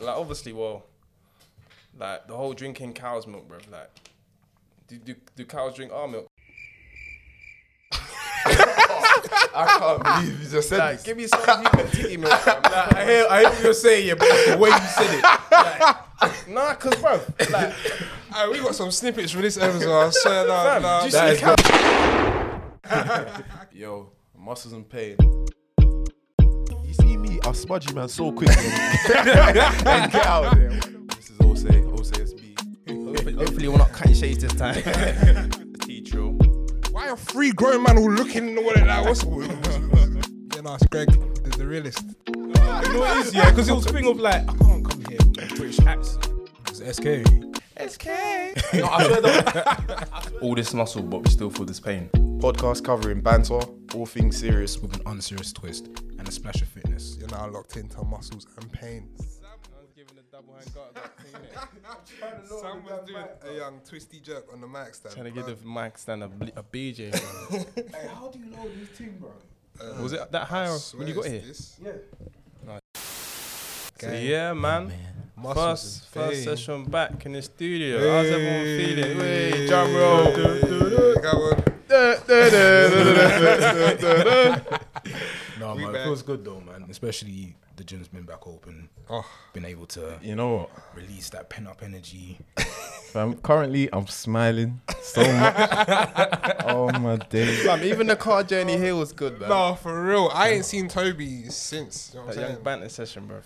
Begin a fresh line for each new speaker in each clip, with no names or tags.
Like obviously, well, like the whole drinking cow's milk, bro. Like, do do, do cows drink our milk?
I can't believe you just said
Like,
this.
give me some human titty milk. Bro. Like,
I hear, I hear what you're saying, yeah, but it's the way you said it.
nah, cause bro, like,
Alright, we got some snippets from this episode. I swear, nah,
fam,
nah.
do you
that
see
is
the cow?
Yo, muscles in pain. You see me, I smudge you, man, so quickly. and get out of there. This is Ose, Ose SB.
Hopefully, we're not cutting shades this time.
Teacher.
Why are three grown men all looking in the water like, what's Then ask Greg, the, the realist.
you know what it is, yeah? Because it was a thing of like, I can't come here with a British accent.
It's SK.
SK.
No, I swear that
All this muscle, but we still feel this pain.
podcast covering banter, all things serious.
with an unserious twist and a splash of fitness.
You're now locked into muscles and pain. Sam was doing a young twisty jerk on the mic stand.
Trying to give the mic stand a, bl- a BJ. bro.
How do you know this team, bro?
was it that high when you got here?
Yeah.
So yeah, Oh, man. First, first session back in the studio. How's everyone feeling? Hey, drum roll.
No, man,
back.
it feels good though, man. Especially the gym's been back open.
Oh.
Been able to
You know what?
release that pent up energy.
Fam, currently, I'm smiling so much. oh my days.
Fam, even the car journey here was good, man.
No, for real. I ain't seen Toby since. You know what
That
I'm
young
saying?
banter session, bro.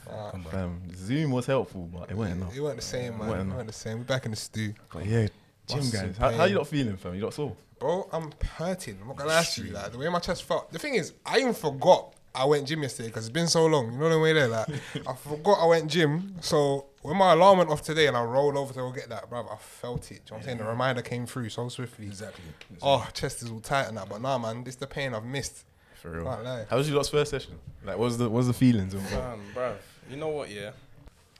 Fam, Zoom was helpful, but it wasn't enough.
It weren't the same, man.
What
It
an-
weren't the same. We're back in the stew.
But yeah, gym
Muscle
guys, how, how
pain.
you not feeling, fam? You not sore?
Bro, I'm hurting. I'm not gonna lie to you. Like the way my chest felt. The thing is, I even forgot I went gym yesterday because it's been so long. You know the way there. Like I forgot I went gym. So when my alarm went off today and I rolled over to go get that, bro, I felt it. Do you know what I'm saying? The reminder came through so swiftly.
Exactly.
Oh, chest is all tight and that. But nah, man, this the pain I've missed.
For real.
Can't lie.
How was your lot's first session? Like, what's the what's the feelings? and what-
Fam, bro. You know what, yeah?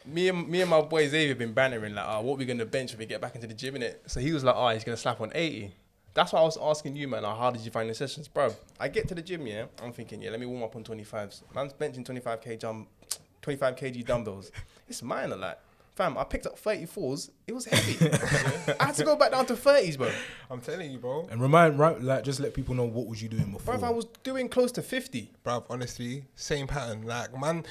Me and me and my boy Xavier been bantering like, ah, what we gonna bench when we get back into the gym in it. So he was like, ah, he's gonna slap on eighty. That's why I was asking you, man. Like, how did you find the sessions, bro? I get to the gym, yeah. I'm thinking, yeah, let me warm up on twenty fives. Man's benching twenty five kg jump, twenty five kg dumbbells. It's minor, like, fam. I picked up thirty fours. It was heavy. I had to go back down to thirties, bro.
I'm telling you, bro.
And remind, right, like, just let people know what was you doing
Bro,
before.
if I was doing close to fifty.
bruv, honestly, same pattern. Like, man,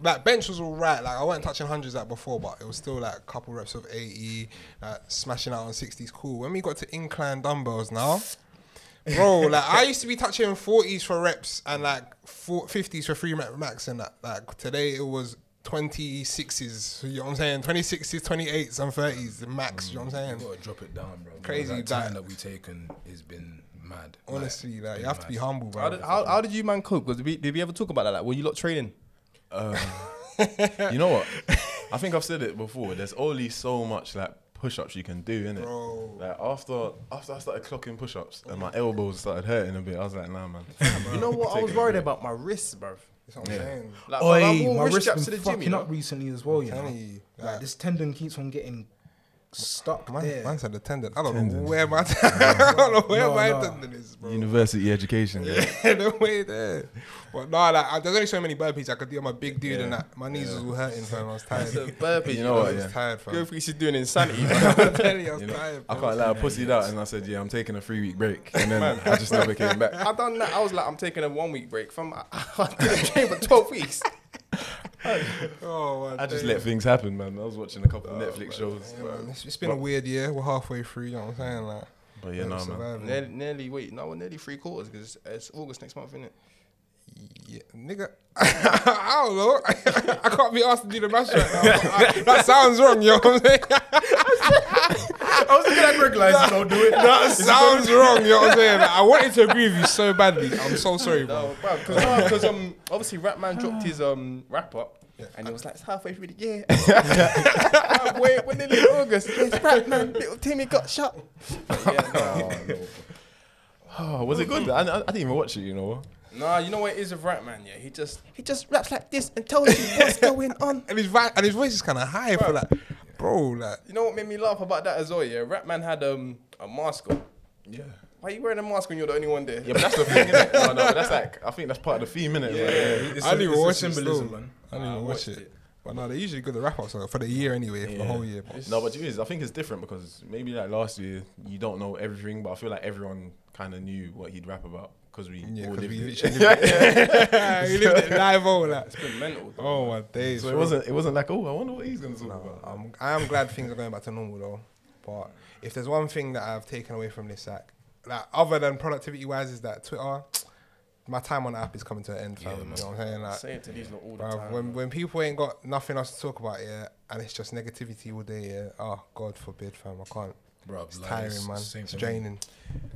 like bench was all right. Like, I wasn't touching hundreds like before, but it was still like a couple reps of 80, like smashing out on 60s. Cool. When we got to incline dumbbells now, bro, like, I used to be touching 40s for reps and like four, 50s for three rep max and that. Like, today it was. 26s, you know what I'm saying? 26s, 28s, and 30s, the max, you know what I'm
You
Mm.
saying?
gotta drop it down, bro.
Crazy
That
that-
time that we taken has been mad. Like,
Honestly, like, you
been
have to be
mad.
humble, bro.
How did, how, how did you man cope? 'Cause Did we, did we ever talk about that? Like, were you lot training?
you know what? I think I've said it before. There's only so much like push-ups you can do, innit?
Bro. Oh.
Like after after I started clocking push-ups and my elbows started hurting a bit, I was like, nah, man.
You know what? I was worried about my wrists, bro.
That's what I'm saying.
Like,
Oi,
I wore
my
wrist
wrist
straps
been
to the
fucking
gym, you know?
up recently as well. You know,
telling you, like-
like this tendon keeps on getting stuck
Man,
there.
man said the tendon. I don't know where my I don't know where
No,
my
no.
tendon is, bro.
University education. Yeah.
no way there. But no, like I- there's only so many burpees I could do. I'm a big dude and that. My knees was all hurting, fam. I was tired.
The burpees,
You
you know
know what?
I was
yeah.
tired,
Girl
fam.
thinks she's doing insanity.
I'm telling you, I was tired.
I
fam. Oh,
can't lie, I pussied out and I said, yeah, I'm taking a three week break. And then I just never came back.
I done that. I was like, I'm taking a one week break from. I, I didn't train for twelve weeks.
Oh, my
I just
days.
let things happen, man. I was watching a couple of Netflix shows.
Yeah, Oh, man, it's- it's been a weird year. We're halfway through. You know what I'm saying? Like,
But yeah,
we're
nah, man.
surviving.
nearly, nearly, wait, no, we're nearly three quarters because it's August next month, isn't it?
Yeah, nigga, I don't know. I can't be asked to do the mash right now. I- that sounds wrong. You know what I'm saying?
I was looking at Greg like, don't do it.
That sounds wrong. You know what I'm saying? I wanted to agree with you so badly. I'm so sorry, bro.
No, bro, because um, obviously Rapman dropped his um wrap up. And it was like, it's halfway through the year. Halfway, we're nearly in August. Yes, Rapman, little Timmy got shot. But yeah, nah.
Oh, was it good? I, I, I didn't even watch it, you know.
Nah, you know what it is with Ratman, yeah? He just he just raps like this and tells you what's going on.
and his vi- and his voice is kind of high for like, bro, like
You know what made me laugh about that as well, yeah? Ratman had um a mask on.
Yeah.
Why you wearing a mask when you're the only one there?
Yeah, but that's the thing, innit? No, no, but that's like, I think that's part of the theme, innit? Yeah.
It's
I
a-
didn't
it's a
watch it
symbolism,
still.
man.
I didn't even watch
watched
it.
it.
But no, they're usually good at wrap ups for the year anyway, for the whole year. But
No, but it is. I think it's different because maybe like last year you don't know everything, but I feel like everyone kind of knew what he'd rap about because we
yeah,
all
'cause
lived
we
it.
literally lived it. we lived it live all like.
It's been mental. Though.
Oh my days.
So it
bro.
wasn't. It wasn't like, oh, I wonder what he's gonna talk about.
Um, I am glad things are going back to normal though. But if there's one thing that I've taken away from this, like, like other than productivity wise, is that Twitter, my time on the app is coming to an end. Fam, you know what I'm saying?
I
Like,
say it to these lot all the
bruv,
time.
when when people ain't got nothing else to talk about, yeah, and it's just negativity all day, yeah. Oh God forbid, fam, I can't.
Bro,
It's tiring, man. It's draining.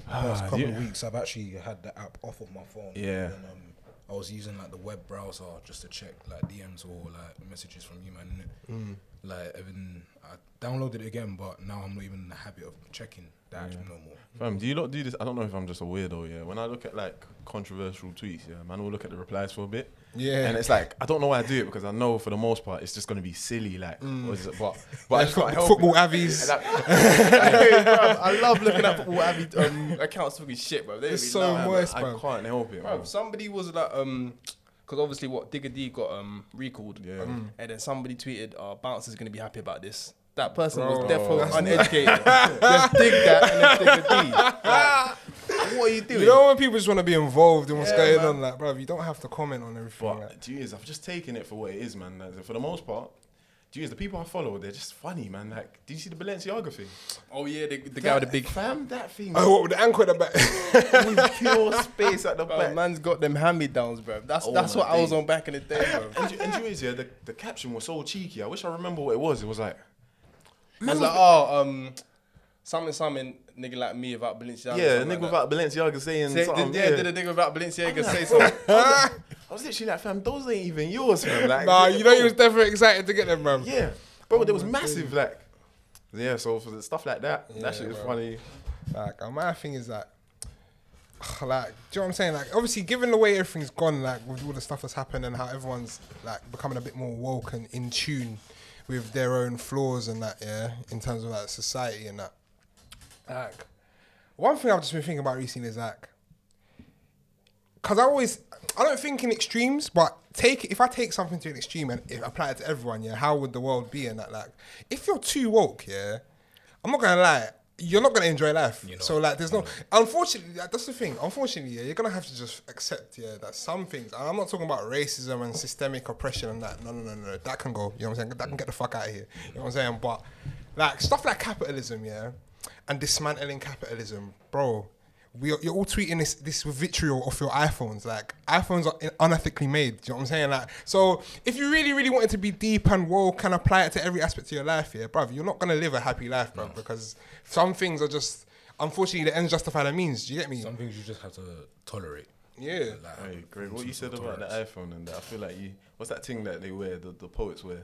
Ah,
past couple
yeah.
of weeks, I've actually had the app off of my phone.
Yeah.
And, um, I was using like the web browser just to check like DMs or like messages from you, man.
Mm.
innit? Like, even I downloaded it again, but now I'm not even in the habit of checking the app no more.
Fam, do you lot do this? I don't know if I'm just a weirdo. Yeah, when I look at like controversial tweets, yeah, man, will look at the replies for a bit.
Yeah.
and it's like I don't know why I do it because I know for the most part it's just gonna be silly. Like, what is it? But but I just can't help
Mm. Football
it.
avies.
And I-
Bruv, I love looking at football avi- um, accounts talking shit, bro.
It's so moist,
I
bro.
can't help it.
Bro,
Bro.
somebody was like, um, because obviously what Digger D got um recalled, um,
Yeah.
Mm.
and then somebody tweeted, "Our bounce is gonna be happy about this." That person
Bro.
was definitely uneducated. Just dig that and then Digger D. Like, what are you doing?
you know when people just want to be involved in what's
Yeah,
going
man.
on, like, bro, you don't have to comment on everything. like.
But geez, I've just taken it for what it is, man. Like, for the most part, geez, the people I follow, they're just funny, man. Like, did you see the Balenciaga thing?
oh yeah, the, the guy with the big
fam, that thing
Oh, what with the ankle at the back?
with pure space at the
Bro,
back.
man's got them hand me downs, bro. That's
Oh
that's
my
what I was
days.
on back in the day, bro.
And do- and do you is, yeah, the, the caption was so cheeky. I wish I remember what it was. It was like,
I was like, oh, um, something, something, nigga like me about Balenciaga.
yeah,
something
nigga
like that.
without Balenciaga saying
Say,
something.
did, yeah,
yeah,
did a nigga about Balenciaga say
I was
something?
like- I was literally like, fam, those ain't even yours, fam. Like,
nah, you know you was Oh definitely excited to get them, bro.
Yeah, bro, there was massive, like, yeah. So for the stuff like that, that shit is
bro.
funny.
Like, and my thing is that, like, do you know what I'm saying? Like, obviously, given the way everything's gone, like, with all the stuff that's happened and how everyone's, like, becoming a bit more woke and in tune with their own flaws and that, yeah, in terms of, like, society and that. Like, one thing I've just been thinking about recently is, like, because I always, I don't think in extremes, but take if I take something to an extreme and if apply it to everyone, yeah, how would the world be? And that, like, if you're too woke, yeah, I'm not gonna lie, you're not gonna enjoy life. so like, there's no, unfortunately, that- that's the thing. Unfortunately, yeah, you're gonna have to just accept, yeah, that some things. And I'm not talking about racism and systemic oppression and that. No, no, no, no, that can go. You know what I'm saying? That can get the fuck out of here. You know what I'm saying? But like stuff like capitalism, yeah, and dismantling capitalism, bro we are, you're all tweeting this this with vitriol off your iPhones. Like iPhones are unethically made. Do you know what I'm saying? Like so, if you really really wanted to be deep and woke and apply it to every aspect of your life, yeah, bruv, you're not gonna live a happy life, bruv, because some things are just unfortunately the ends justify the means. Do you get me?
Some things you just have to tolerate.
Yeah.
Like,
Hey, Greg,
some
what you
sort
said
of
about the
tolerance.
iPhone and that, I feel like you. What's that thing that they wear? The, the poets wear.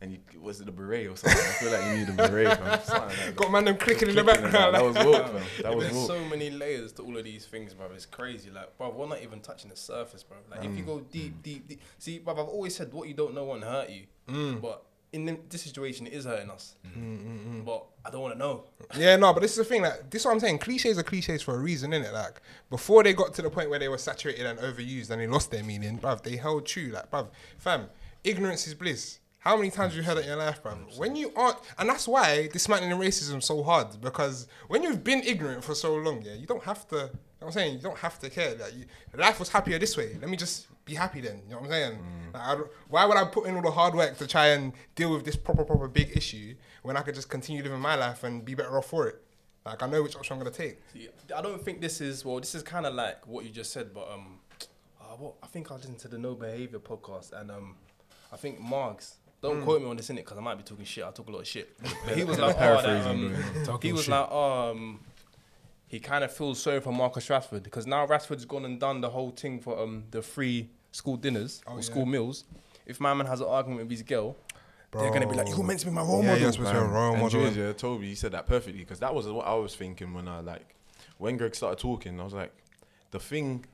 And you, was it the beret or something? I feel like you need a beret, fam. Something like that.
Got man them clicking in the background.
That
Like,
was woke, fam. That was
There's
woke.
so many layers to all of these things, bro. It's crazy. Like, bro, we're not even touching the surface, bro. Like,
Mm.
if you go deep, deep, deep. See, bro, I've always said what you don't know won't hurt you.
Mm.
But in the- this situation, it is hurting us.
mm.
But I don't want to know.
yeah, no, but this is the thing. Like, this is what I'm saying. Cliches are cliches for a reason, innit? Like, before they got to the point where they were saturated and overused and they lost their meaning, bruv, they held true. Like, bruv, fam, ignorance is bliss. How many times have you heard that in your life, bruv? When you aren't, and that's why dismantling racism so hard because when you've been ignorant for so long, yeah, you don't have to. You know what I'm saying you don't have to care. Like, you, life was happier this way. Let me just be happy then. You know what I'm saying? Like, I don't- why would I put in all the hard work to try and deal with this proper, proper big issue when I could just continue living my life and be better off for it? Like, I know which option I'm gonna take.
See, I don't think this is, well, this is kind of like what you just said, but, um, uh, what, I think I listened to the No Behavior podcast, and, um, I think Margs. Don't quote me on this in because I might be talking shit. I talk a lot of shit. But he was like, oh, that, um, he was like, oh, um, he kind of feels sorry for Marcus Rashford because now Rashford's gone and done the whole thing for um the free school dinners or
yeah.
school meals. If my man has an argument with his girl, they're gonna be like, "You meant to be my role
Yeah,
model."
you're supposed to be a role
And
model.
George, yeah, Toby, you said that perfectly because that was what I was thinking when I like when Greg started talking. I was like, the thing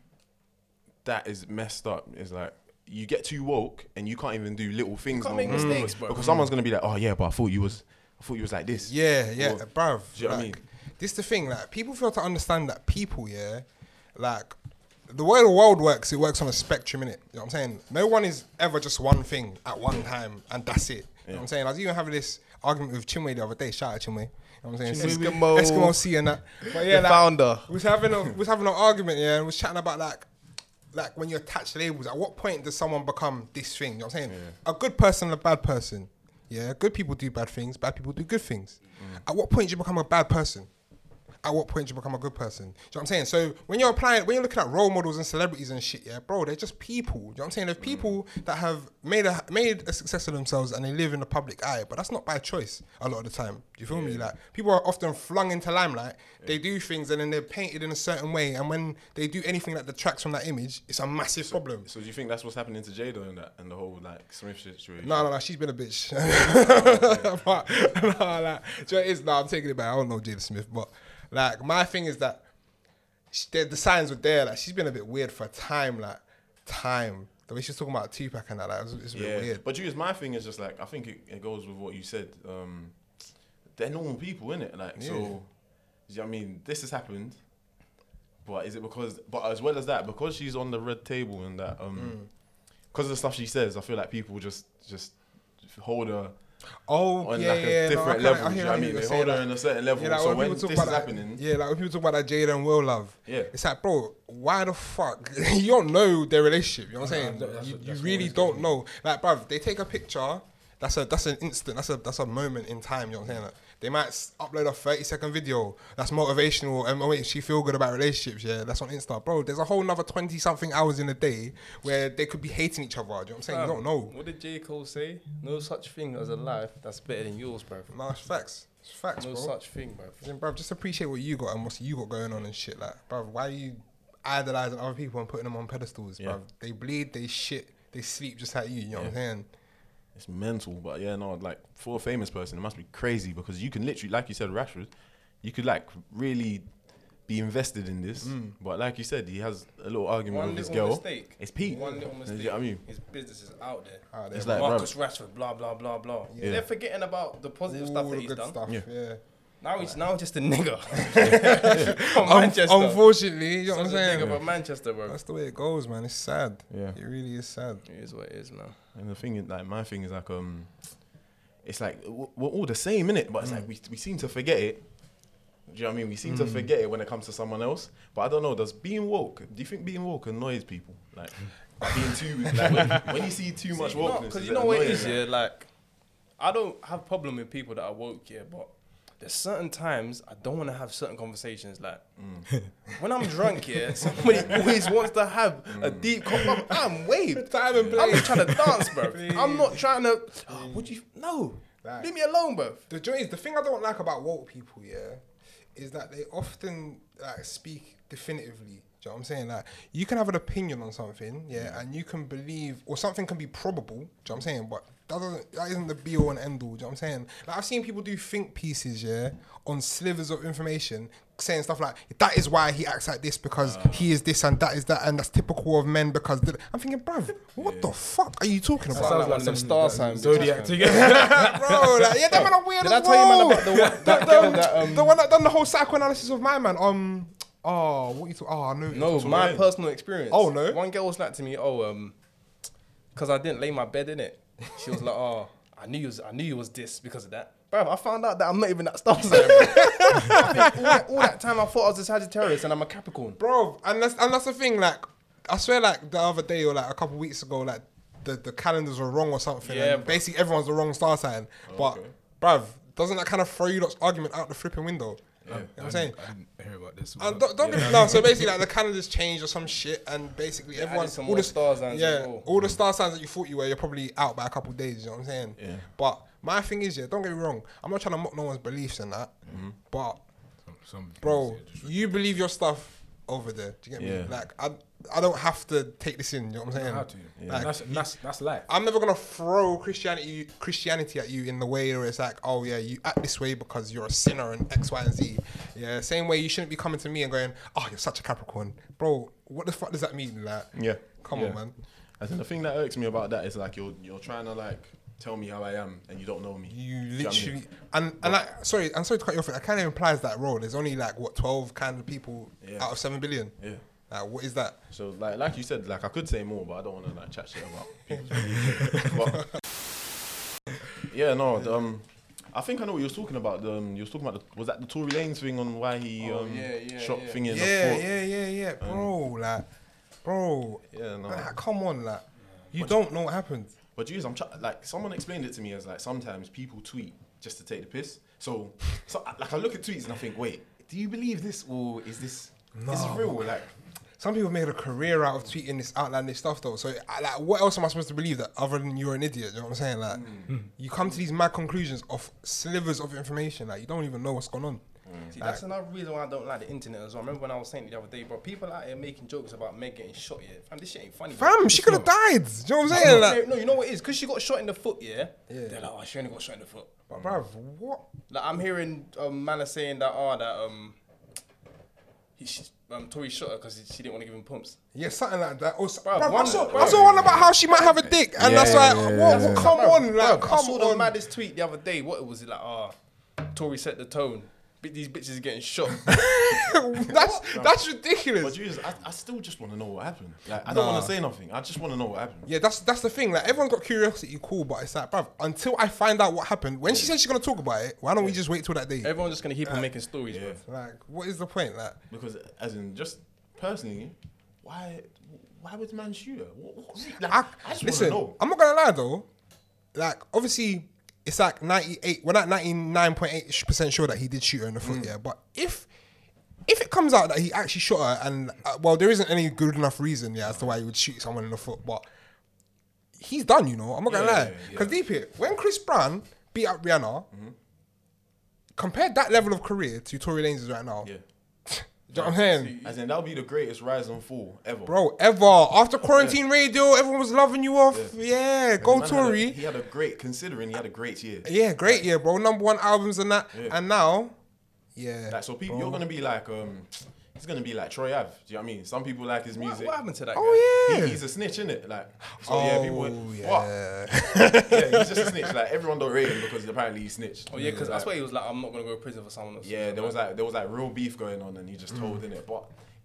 that is messed up is like you get too woke and you can't even do little things.
can't
no
make
more.
mistakes,
because,
bro.
because someone's gonna be like, oh yeah, but I thought you was, I thought you was like this.
Yeah, yeah,
Or-
bruv.
Do you know what I
like,
mean?
This the thing, like people fail to understand that people, yeah, like the way the world works, it works on a spectrum, innit? You know what I'm saying? No one is ever just one thing at one time and that's it. You know what I'm saying? I was even having this argument with Chinwe the other day. Shout out Chinwe. You know what I'm saying?
Chinwe.
Eskimo C and that. But yeah,
The
like,
founder.
We was having a we was having an argument, yeah, and we was chatting about like like when you attach labels, at what point does someone become this thing? You know what I'm saying? A good person and a bad person. Yeah, good people do bad things, bad people do good things. At what point do you become a bad person? At what point do you become a good person? Do you know what I'm saying? So when you're applying, when you're looking at role models and celebrities and shit, yeah, bro, they're just people. Do you know what I'm saying? They're people that have made a made a success of themselves and they live in the public eye, but that's not by choice a lot of the time. Do you feel me? Like people are often flung into limelight. They do things and then they're painted in a certain way, and when they do anything that detracts from that image, it's a massive problem.
So do you think that's what's happening to Jada and that and the whole like Smith situation?
No, no, no, she's been a bitch.
Oh,
but, no, like, do you know what it is? No, I'm taking it back. I don't know Jada Smith, but like, my thing is that sh the, the signs were there. Like, she's been a bit weird for time, like, time. The way she's talking about Tupac and that, like, it's, it's a bit
Yeah,
weird.
but you is my thing is just like I think it, it goes with what you said. Um, they're normal people, innit? Like so,
Yeah.
you know what I mean, this has happened, but is it because? But as well as that, because she's on the red table and that,
Mm.
um, because of the stuff she says, I feel like people just just hold her
Oh,
on
yeah,
like
yeah,
a
no, I
different
kinda-
level.
I
do
hear
you know what I
what
mean?
you're
They
saying,
hold her
like-
in a certain level.
Yeah, like
so
when,
when
people
this
talk
is
about
happening,
Like, yeah, like when people talk about that Jada and Will love.
Yeah.
It's like, bro, why the fuck? you don't know their relationship. You know what I'm saying?
That's- that's-
you you
that's
really
always
don't know. Like, bruv, they take a picture. That's a that's an instant. That's a that's a moment in time. You know what I'm saying? Like, they might s- upload a 30 second video that's motivational and oh, wait, she feel good about relationships. Yeah, that's on Insta, bro. There's a whole another 20 something hours in a day where they could be hating each other. Do you know what I'm saying? You don't know.
What did J. Cole say? No such thing as a life that's better than yours, bro.
No, it's facts. It's facts,
No
bro.
such thing, bro.
Then, bruv, just appreciate what you got and what you got going on and shit. Like, bruv, why are you idolizing other people and putting them on pedestals, bruv? They bleed, they shit, they sleep just like you. You know what I'm saying?
It's mental, but yeah, no, like for a famous person, it must be crazy because you can literally, like you said, Rashford, you could like really be invested in this. But like you said, he has a little argument
Mm. One
with his
little
girl.
mistake.
It's Pete.
One little mistake.
You know what I mean?
His business is out there.
Out Ah, there,
It's
bruv.
like,
Marcus
bruv,
Rashford, blah blah blah blah.
Yeah.
They're forgetting about the positive
all
stuff that
the
he's
good
done.
stuff.
Yeah.
Yeah.
Now he's now just a nigga. From Manchester.
Unfortunately, you know
Such
what I'm
a nigga
saying?
from Manchester, bro.
That's the way it goes, man. It's sad.
Yeah.
It really is sad.
It is what it is, man.
and the thing is, like, my thing is like, um, it's like w- we're all the same, innit? But it's
Mm.
like we, we seem to forget it. Do you know what I mean? We seem to forget it when it comes to someone else. But I don't know. Does being woke? Do you think being woke annoys people? Like, like being too like when, when you see too much wokeness,
Because
is
you know what it
annoying?
is, yeah. Like, I don't have problem with people that are woke, yeah. But there's certain times I don't want to have certain conversations. Like,
Mm.
when I'm drunk, yeah, somebody always wants to have a
Mm.
deep. Con- I'm waved.
Time and
I'm just trying to dance, bro. I'm not trying to.
Mm.
what do you? No,
Right.
leave me alone, bro.
The joy is the thing I don't like about woke people, yeah, is that they often like speak definitively. Do you know what I'm saying? Like you can have an opinion on something, yeah,
Mm.
and you can believe or something can be probable, do you know what I'm saying? But that doesn't that isn't the be all and end all, do you know what I'm saying? Like I've seen people do think pieces, yeah, on slivers of information, saying stuff like, that is why he acts like this because
Ah.
he is this and that is that and that's typical of men because th-" I'm thinking, bruv, what the fuck are you talking about?
Sounds like one of them star signs. Zodiac.
bro. Like, yeah, that man are weird
Did I
as
tell you, man,
well.
about the one- that
The- the-
girl that, um,
the one that done the whole psychoanalysis of my man? Um, oh, what you talk? Oh, I know.
No, my personal experience.
Oh, no?
One girl was like to me, oh, um, because I didn't lay my bed in it. She was like, oh, I knew you was, I knew you was this because of that. Bro, I found out that I'm not even that star sign. bro. I think all, that, all that time I thought I was a Sagittarius and I'm a Capricorn.
bro. And that's and that's the thing. Like, I swear, like the other day or like a couple weeks ago, like the the calendars were wrong or something.
Yeah,
and
bro.
basically everyone's the wrong star sign. but, bruv, doesn't that kind of throw you lot's argument out the flipping window? You know what I'm saying.
I didn't hear about this.
And don't, don't be, no, so basically, like the calendars changed or some shit, and basically everyone,
added some
all
more
the
star signs
yeah,
as well.
all the star signs that you thought you were, you're probably out by a couple days. You know what I'm saying? Yeah. But my thing is, yeah, don't get me wrong, I'm not trying to mock no one's beliefs and that, but
Some-
bro, you believe your stuff over there. Do you get
Yeah.
me? Like I, I don't have to take this in. You know what I'm saying?
How to?
Like,
That's that's that's life.
I'm never gonna throw Christianity Christianity at you in the way where it's like, oh yeah, you act this way because you're a sinner and X, Y, and Z. Yeah, same way you shouldn't be coming to me and going, oh, you're such a Capricorn, bro. What the fuck does that mean? Like,
Yeah.
come
Yeah.
on, man.
I think the thing that irks me about that is like you're you're trying to like tell me how I am and you don't know me.
You
Do know what I mean?
literally and and like, sorry, I'm sorry to cut you off. It kind of implies that role. There's only like what 12 kind of people
Yeah.
out of seven billion.
Yeah.
Like, what is that?
So like like you said, like I could say more, but I don't want to like chat shit about. People. but, yeah, no. the, um, I think I know what you was talking about. The, um, you was talking about the, was that the Tory Lanez thing on why he
Oh,
um
yeah, yeah,
shot
yeah.
thing in
yeah,
the foot.
yeah, yeah, yeah, bro. like, bro,
Yeah, no.
like, come on, like, you don't know what happened.
But geez, I'm try- like someone explained it to me as like sometimes people tweet just to take the piss. So, so like I look at tweets and I think, wait, do you believe this or is this this is real? Like
Some people made a career out of tweeting this outlandish stuff, though. So, I- like, what else am I supposed to believe that other than you're an idiot? You know what I'm saying? Like, you come to these mad conclusions of slivers of information. Like, you don't even know what's going on.
See, that's another reason why I don't like the internet as well. I remember when I was saying it the other day, bro, people out here making jokes about Meg getting shot, yeah. Fam, this shit ain't funny. bro.
Fam, she could have died. Do you know what I'm
No,
saying? Like,
no, you know what it is? Because she got shot in the foot, yeah?
Yeah.
They're like, oh, she only got shot in the foot.
but bruv, what?
Like, I'm hearing um, man saying that, oh, that, um, he, sh- um, Tori shot her because she didn't want to give him pumps.
Yeah, something like that. Or, s-
Bruv,
bruv, I,
one-
saw,
bruv.
I saw one about how she might have a dick, and that's like, what, what- come on, like,
I
come
saw the
on.
maddest tweet the other day. What was it like? Ah, Tory set the tone. Bi- These bitches are getting shot.
that's that's ridiculous.
But Jesus, I, I still just want to know what happened. Like, I don't want to say nothing. I just want to know what happened.
Yeah, that's that's the thing. Like everyone's got curiosity, cool, but it's like, bruv, until I find out what happened, when she says she's gonna talk about it, why don't we just wait till that day?
Everyone's just gonna keep on making stories, bro.
Like, what is the point? Like,
Because, as in, just personally, why, why would man shoot her? What, what- like,
I,
I, just want to
listen,
know.
I'm not gonna lie though. Like, obviously, it's like 98. We're not 99.8 percent sure that he did shoot her in the
Mm.
foot. Yeah, but if if it comes out that he actually shot her, and uh, well, there isn't any good enough reason, yeah, as to why he would shoot someone in the foot, but he's done. You know, I'm not gonna
Yeah,
lie.
yeah. Mm-hmm.
Because deep it, when Chris Brown beat up Rihanna, compared that level of career to Tory Lanez's right now.
Yeah.
Do you know what I'm saying?
As in, that would be the greatest rise and fall ever.
Bro, ever after quarantine radio, everyone was loving you off. Yeah, go
Man had a-
Tory.
he had a great, considering he had a great year.
Yeah, great year, bro. Number one albums and that.
Yeah.
And now, yeah.
Like, so people, you're going to be like, um, he's going to be like Troy Ave. Do you know what I mean? Some people like his
What,
music.
what happened to that
oh, yeah.
He- he's a snitch, innit? Like, so yeah, people. Were,
Oh,
What? yeah, he's just a snitch. Like everyone don't rate him because apparently he snitched.
guy? Oh yeah, because
Like-
that's why he was like, I'm not gonna go to prison for someone else.
Yeah, there was like there was like real beef going on, and he just told in it. But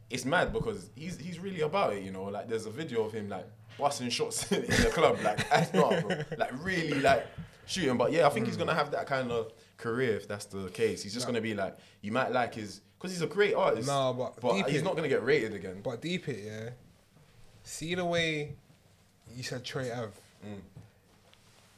it's mad because he's he's really about it, you know. Like there's a video of him like busting shots in the club, like that's not bro. like really like shooting. But yeah, I think he's gonna have that kind of career if that's the case. He's just gonna be like you might like his because he's a great artist.
Nah, but deep
he's
in-
not gonna get rated again.
But deep it, yeah. See the way you said Trey Ave.
Mm.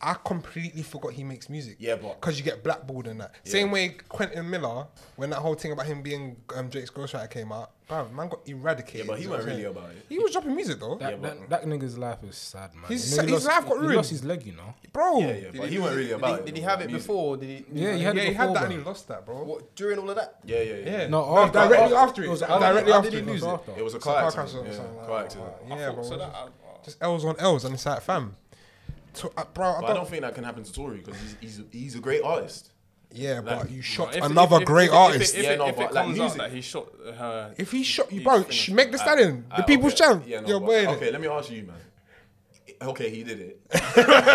I completely forgot he makes music.
Yeah, but-
because you get blackballed and that. Same way Quentin Miller, when that whole thing about him being um, Drake's ghostwriter came out, bruv, man got eradicated.
Yeah, but he
you know
wasn't
what I'm
really
saying?
about it.
He was dropping music though,
That, that, that nigga's life is sad, man.
His-
You know, he
his life got
he
ruined.
lost his leg, you know.
bro.
yeah, yeah,
Did
but he, wasn't really
did
about
he,
it.
Did
though,
he have it
music.
before? or Did he?
Yeah, he had
Yeah,
it
he had
before,
that
bro.
and he lost that, bro.
What during all of that?
Yeah, yeah, yeah.
Yeah.
No,
no
after-
directly
after-
after
it
it.
was after-
directly
how
after,
did he
it.
lose
it?
it?
It was a
It's a
car,
car
accident.
crash or
yeah,
something like
car
that.
accident.
Yeah, bro.
So that, I, oh.
Just L's on L's, and it's like, fam. To, uh, bro, I
But
don't,
I don't think that can happen to Tory because he's, he's he's a great artist.
Yeah, but
Like,
you shot
If-
another
if- if-
great
if- if-
artist.
If,
If,
if,
Yeah, no,
if
but
it
like
comes out
music-
that he shot her,
he shot you,
He's
bro,
finished.
sh- make the standing.
Aight,
the
aight,
people's
Uh, okay.
champ.
Yeah, no,
You're
but-
boy.
Okay, let me ask you, man. Okay, he did it.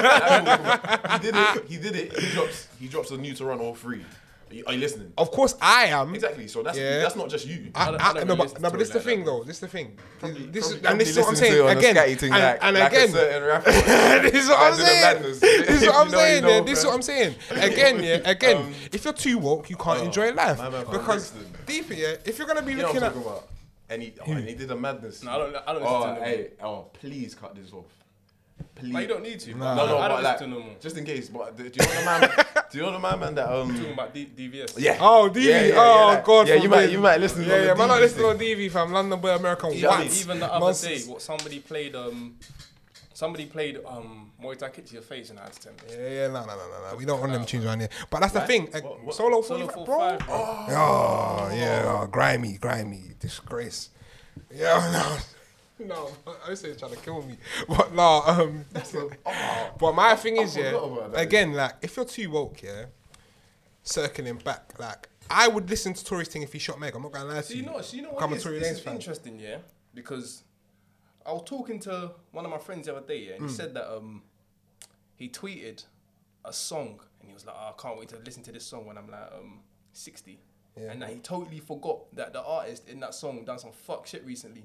he did it. He did it. He drops. He drops a new Toronto free. Are you, are you listening?
Of course, I am.
Exactly. So that's
Oh. Yeah.
that's not just you.
I,
I don't-
I-
I don't
no,
really
but,
listen
no,
to
but this is
it
the
like
thing,
that,
though. This is the thing. this is,
Probably-
and this is what I'm saying
probably listen to it
again.
on a scatty thing,
and
like-
and
like a
again,
certain rapper.
this is what I'm
Back to the
saying.
madness.
This is
If
what
you
I'm
know, you
saying. yeah,
know,
This is what
bruh.
I'm saying. Again, yeah, again. if you're too woke, you can't enjoy life
my man from
because
Brixton.
deeper, yeah. If you're gonna be
You know what
looking
I'm
at,
talking about? And he, oh, and he did a madness.
No, I don't- I don't listen to
Oh,
no
hey, oh, please cut this off. Please.
like, you don't need to.
No,
Nah.
no,
I
but
don't
like,
listen to no more.
just in case. But do, do you know the man? do you know the man, man that
Talking
um?
about D- DVS.
Yeah.
oh, DV,
Yeah, yeah, yeah,
oh
like-
God,
Yeah, you
forbid.
might you might listen.
Yeah,
on
yeah,
the
man, not
DV
listening
thing.
on DV, fam. London boy, American.
Even,
What?
even the other
Nonsense.
day, what somebody played um, somebody played um, Muay Thai kick to your face, and I had to tell me.
Yeah, yeah, no, no, no, no, no. We don't want them tunes around here. But that's the thing. Like,
What- what-
solo
Solo
45,
four
bro.
five, bro.
Oh, yeah, oh, grimy, grimy, disgrace. Yeah, no, no. I was saying trying to kill me, but no. Um, but my thing is,
I
yeah.
forgot about that.
Again, like if you're too woke, yeah. Circling back, like I would listen to Tory's thing if he shot Meg. I'm not gonna lie to
So you know, so you know what
I'm
it
a
is?
Tory
This
Lanez
is
fan.
interesting, yeah, because I was talking to one of my friends the other day, yeah, and
Hmm.
he said that um, he tweeted a song, and he was like, "Oh, I can't wait to listen to this song when I'm like um 60. And that he totally forgot that the artist in that song done some fuck shit recently.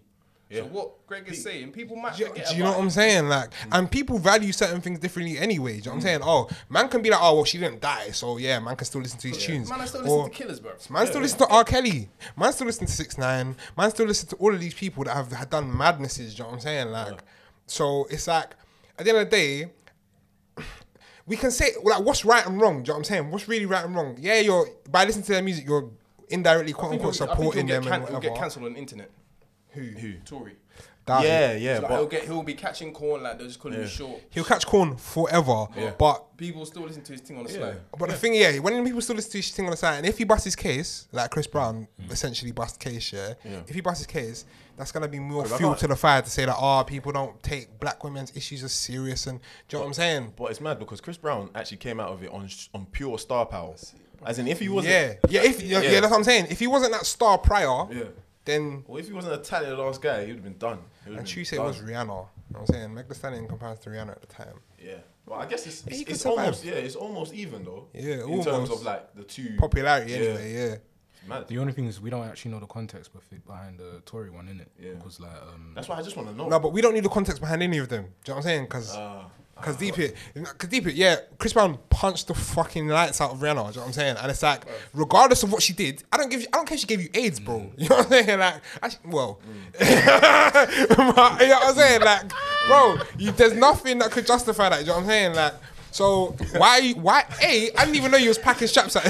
Yeah.
So what Greg is saying, people might
Do you,
forget
do you know
about
what
it. Mm.
I'm saying? Like, and people value certain things differently anyway. Do you know what I'm saying? Oh, man can be like, oh, well, she didn't die, so yeah, man can still listen to his tunes.
Man, I still
Or-
listen to Killers, bro.
Man still listen to R. Kelly. Man still listen to Six Nine. Man still listen to all of these people that have, had done madnesses. Do you know what I'm saying? Like, so it's like at the end of the day, we can say like what's right and wrong. Do you know what I'm saying? What's really right and wrong? Yeah, you're by listening to their music, you're indirectly
I
quote
think
unquote
it'll- I think
supporting
it'll
them
get
and
can- it'll
whatever.
get cancelled on the internet. Who? Who? Tory.
Doubt it.
Yeah, yeah,
It's like
but
he'll get he'll be catching corn like they'll just call him short.
He'll catch corn forever, but
People still listen to his thing on the side.
But the thing, yeah, when people still listen to his thing on the side, and if he busts his case, like Chris Brown essentially bust case, Mm. yeah, if he busts his case, that's gonna be more
I
fuel
can't-
to the fire to say that ah, people don't take black women's issues as serious, and do you know what I'm saying?
But it's mad because Chris Brown actually came out of it on sh- on pure star power. As in, if he wasn't,
Yeah, yeah, if yeah,
Yeah.
yeah, that's what I'm saying. If he wasn't that star prior,
Yeah.
then
well, if he wasn't a talented last guy, he would have been done. He would've
and
been
Tuesday
done.
was Rihanna. You know what I'm saying Meg Thee Stallion in comparison to Rihanna at the time.
yeah. Well, I guess it's it's,
he could
it's
survive.
almost yeah, it's almost even though.
Yeah,
in terms
almost.
of like the two
Popularity,
Yeah.
anyway, yeah.
Mad.
The only thing is we don't actually know the context befi- behind the Tory one, innit?
Yeah.
Because like, um,
That's why I just want to know. Uh,
No, but we don't need the context behind any of them. Do you know what I'm saying? Because because deep it, because deep it, yeah. Chris Brown punched the fucking lights out of Rihanna. Do you know what I'm saying? And it's like, regardless of what she did, I don't give, I don't care if she gave you AIDS, bro. You know what I'm saying? Like, actually, well, you know what I'm saying? Like, bro, you, there's nothing that could justify that. Do you know what I'm saying? Like. So why why a I didn't even know you was packing straps. At,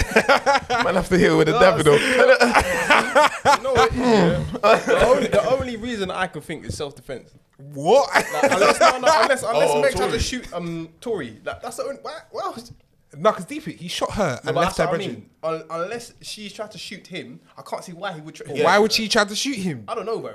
Man, have to hear with the Davido.
You know what it is, yeah? the, only, the only reason I can think is self defense.
what?
Like, unless no, no, unless, unless
Oh,
Meg tried
Tory.
to shoot um Tory. Like, that's the only. Why, why else?
no, because deep it, he shot her and
But
left
that's
her
what I
bedroom.
mean. Un- unless she tried to shoot him, I can't see why he would. Try-
Why would she try to shoot him?
I don't know, bro.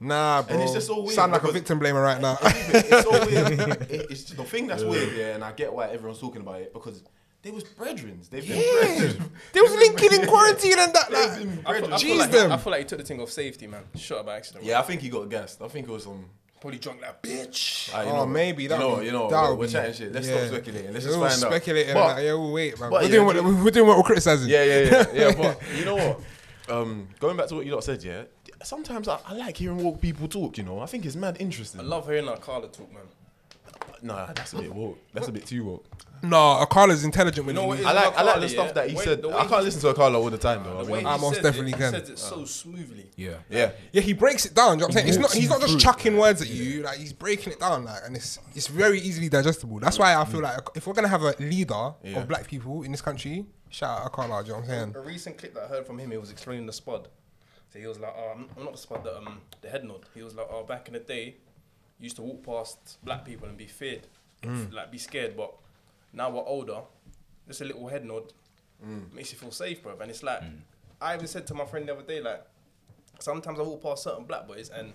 Nah, bro.
it's just so weird
Sound like a
because-
victim blamer right now.
it's so weird. It- it's just the thing that's weird, yeah, and I get why everyone's talking about it because they was brethren. They've been brethren.
they was linking in quarantine and that. Like,
They've
I
been
feel, I,
brethren.
feel
Jeez,
like,
them.
I feel like he took the thing off safety, man. Shot her by accident.
Yeah, I think he got gassed. I think it was some.
Probably drunk that bitch.
Ah, you
Oh,
know,
maybe,
you
that'll
know,
be-
you know,
that'll
we're, we're
be-
chatting shit. Let's
yeah.
stop speculating. Let's
We're
just
all
find out.
speculating.
But-
like, yeah, we'll wait, man.
but
We're,
yeah,
doing what,
do-
we're doing what we're criticizing.
Yeah, yeah, yeah, yeah. But you know what? Um, going back to what you lot said, yeah. Sometimes I, I like hearing woke people talk. You know, I think it's mad interesting.
I love hearing our Carla talk, man.
nah, that's a bit woke. That's a bit too woke.
No, Akala's intelligent with
You know what
me.
it
I like, I like
Carla,
the
yeah.
stuff that he
Wait,
said.
the way
I can't
he-
listen to Akala all the time though. I
The way
mean, I'm-
he
most
says
definitely
it,
can.
He says it so smoothly.
yeah.
yeah,
Yeah, he breaks it down. Do you know what I'm saying? It's not,
walks
he's
you
not just
through.
chucking words at you. Like he's breaking it down, like, and it's it's very easily digestible. That's why I feel like if we're gonna have a leader
Mm. Yeah.
of black people in this country, shout out Akala. Do you know what I'm saying?
A recent clip that I heard from him, he was explaining the spud. So he was like, oh, I'm I'm not the spud, the, um, the head nod. He was like, oh, back in the day, you used to walk past black people and be feared, like be scared, but now we're older, just a little head nod makes you feel safe, bro. And it's like, I even said to my friend the other day, like, sometimes I walk past certain black boys and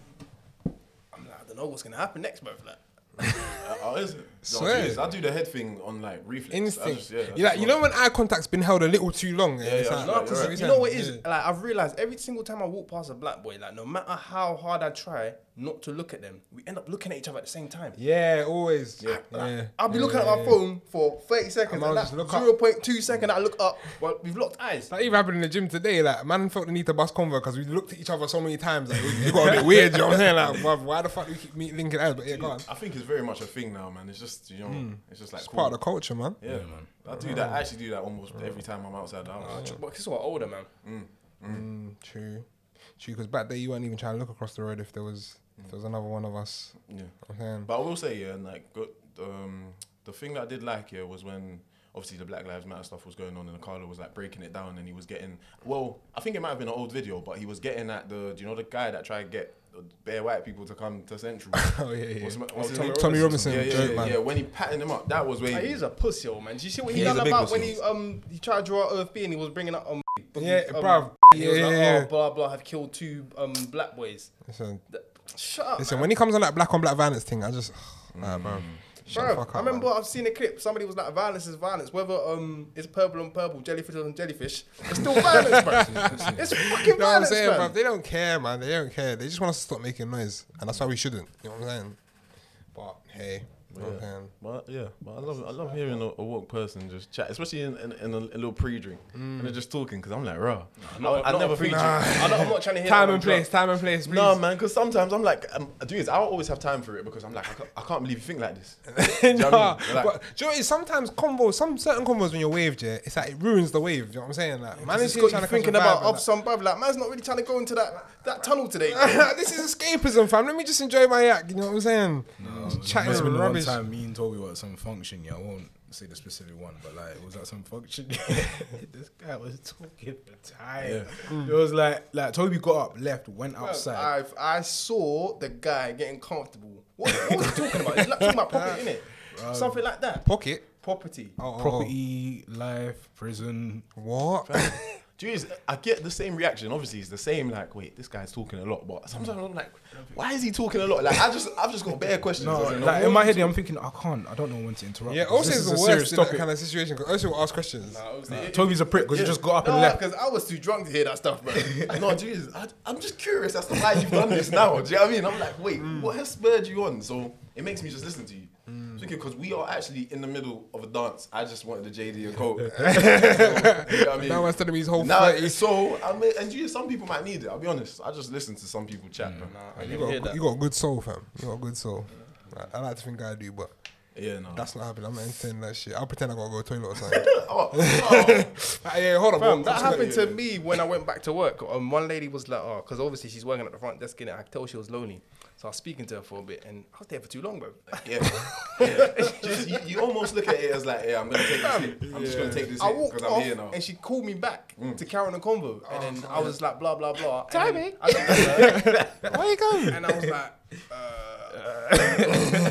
I'm like, I don't know what's gonna happen next, bro. Like,
I, I, listen. No,
Swear.
serious, Oh, I do the head thing on like reflex. I
Instinct.
just- yeah, I
you like,
just
you know when eye contact's been held a little too long. Yeah, it's
yeah,
like-
no,
No,
Right,
'cause
right.
you know what it is? Like I've realized every single time I walk past a black boy, like no matter how hard I try not to look at them, we end up looking at each other at the same time.
Yeah, always.
Like,
yeah.
I'll be looking at my phone for 30 seconds,
And I'll
and that
just look up.
0.2 second I look up, well, we've locked eyes.
That even happened in the gym today. Like, man felt the need to bust convo because we looked at each other so many times. Like, it got a bit weird. You know what I'm saying? Like, bruv, why the fuck do we keep meet- linking eyes? But yeah, go on.
I think it's very much a thing now, man. It's just you know, it's just
Hmm.
like
It's
cool.
part of the culture, man.
yeah, man. I do that. I actually do that almost every time I'm outside the house.
But because we're older, man.
Mm, true, true. Because back there, you weren't even trying to look across the road if there was if there was another one of us.
Yeah.
You know what I'm saying?
But I will say, yeah, and like, go, um, the thing that I did like here was when obviously the Black Lives Matter stuff was going on, and Carlo was like breaking it down, and he was getting. Well, I think it might have been an old video, but he was getting at the. Do you know the guy that tried to get the bare white people to come to Central?
Oh yeah, yeah.
What's,
yeah.
my- what's his
Tommy
name?
Tommy Robinson,
Yeah, yeah,
joke,
yeah,
man.
yeah, When he patted him up, that was where.
Like, he's a pussy, old man. Do you see what he
Yeah, he's
done
a big
about
pussy.
when he um he tried to draw OFB and he was bringing up um
Yeah,
um,
bruv.
and he was
Yeah,
like,
yeah,
oh,
yeah.
blah blah have killed two um black boys.
Listen,
Th- Shut up.
listen. When he comes on that black on black violence thing, I just, nah, bruv. Shut the
Bro, Mm.
fuck up,
I remember
man.
I've seen a clip. Somebody was like, "Violence is violence. Whether um it's purple on purple, jellyfish on jellyfish, it's still violence, bro. it's fucking
You know what I'm
violence,
saying,
man.
bruv? They don't care, man. They don't care. They just want us to stop making noise, and that's why we shouldn't. You know what I'm saying? But hey,
Yeah.
Okay.
But yeah, but I love I love hearing a, a woke person just chat, especially in, in, in a, a little pre-drink
Mm.
and they're just talking because I'm like, rah, I, I
not
never
a free
think.
drink. I'm not, I'm not trying to hear
Time
that
and
on drugs.
place. Time and place. Please.
No, man, because sometimes I'm like, um, do this. I don't always have time for it because I'm like, I can't, I can't believe you think like this. Do you know what I
Nah,
mean? Like,
but do you know what it is? sometimes convo, some certain convos when you're waved, yeah, it's like it ruins the wave. Do you know what I'm saying? Like, man,
It's
is
got
trying
you
to catch a
thinking
vibe
about
and
up some bruv. Like, man's not really trying to go into that that tunnel today.
that. this is escapism, fam. Let me just enjoy my act. You know what I'm saying? Just chatting
Must have been the
rubbish.
One time, me and Toby were at some function. Yeah, I won't say the specific one, but like it was at some function. this guy was talking for time. It was like like Toby got up, left, went outside.
I've, I saw the guy getting comfortable. What, what was he talking about? He's like talking about property, innit? Something like that.
Pocket.
Property.
Oh, oh, oh.
Property, life, prison.
What?
Jeez, I get the same reaction. Obviously, it's the same. Like, wait, this guy's talking a lot, but sometimes I'm like, why is he talking a lot? Like, I just, I've just got bare questions.
No,
I don't know.
like in my head, I'm thinking I can't. I don't know when to interrupt.
Yeah,
because
also
this
is
a
the
serious
worst in that
topic.
kind of situation because also will ask questions.
Obviously, it-
Toby's a prick because he just got up and
Nah,
left.
because I was too drunk to hear that stuff, bro.
no, jeez, I, I'm just curious as to why you've done this now. Do you know what I mean? I'm like, wait, what has spurred you on? So it makes me just listen to you. Because we are actually in the middle of a dance. I just wanted the JD and Coke. so, you know what I mean?
Now man's telling me his whole
Now,
flight is-
so, I mean, and you, some people might need it. I'll be honest. I just listen to some people chat. man.
You got, a good- you got a good soul, fam. You got a good soul. Like, I like to think I do, but
Yeah, no.
that's not happening. I'm not entertaining that shit. I'll pretend I gotta go to the toilet or something.
Oh, oh.
Ah, yeah, hold
Fam,
on. bro.
that
I'm just
happened to me when I went back to work. And one lady was like, oh, because obviously she's working at the front desk, and I could tell she was lonely. So I was speaking to her for a bit, and I was there for too long, bro.
Yeah. yeah. Just, you, you almost look at it as like, yeah, I'm gonna take this. Hit. I'm just gonna take this
I
hit
walked
because I'm here
off,
now. Mm. Ah.
and she called me back to carry on the convo. and then I was like, blah, blah, blah. and
Timing.
then I looked at her,
gonna- Where you going?
And I was like, uh,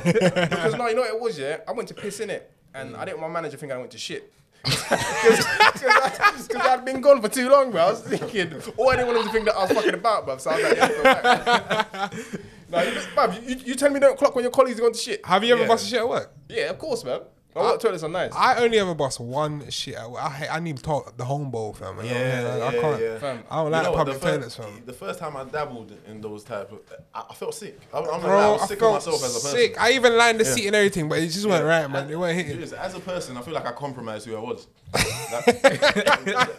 because no, you know what it was, yeah? I went to piss in it, and I didn't want my manager to think I went to shit. Because I'd been gone for too long, bro. I was thinking, or I didn't want him to think that I was fucking about, bro. So I was like, yeah, go back. no, you, bruv, you, you tell me don't clock when your colleagues are going to shit.
Have you ever
Yeah.
busted shit at work?
Yeah, of course, man. My work toilets are nice.
I only ever bust one shit at work. I, hate, I need to talk the home bowl, fam.
Oh,
You know what I'm saying? Like, I can't.
Fam,
I don't like
You know what,
public
the fir-
toilets, fam.
The first time I dabbled in those type, of, I, I felt sick. I, am like, I
Bro,
was
I
sick of
felt
myself as a person.
sick. I even lined the seat and everything, but it just went right, man.
I-
It went hitting.
Jeez, as a person, I feel like I compromised who I was.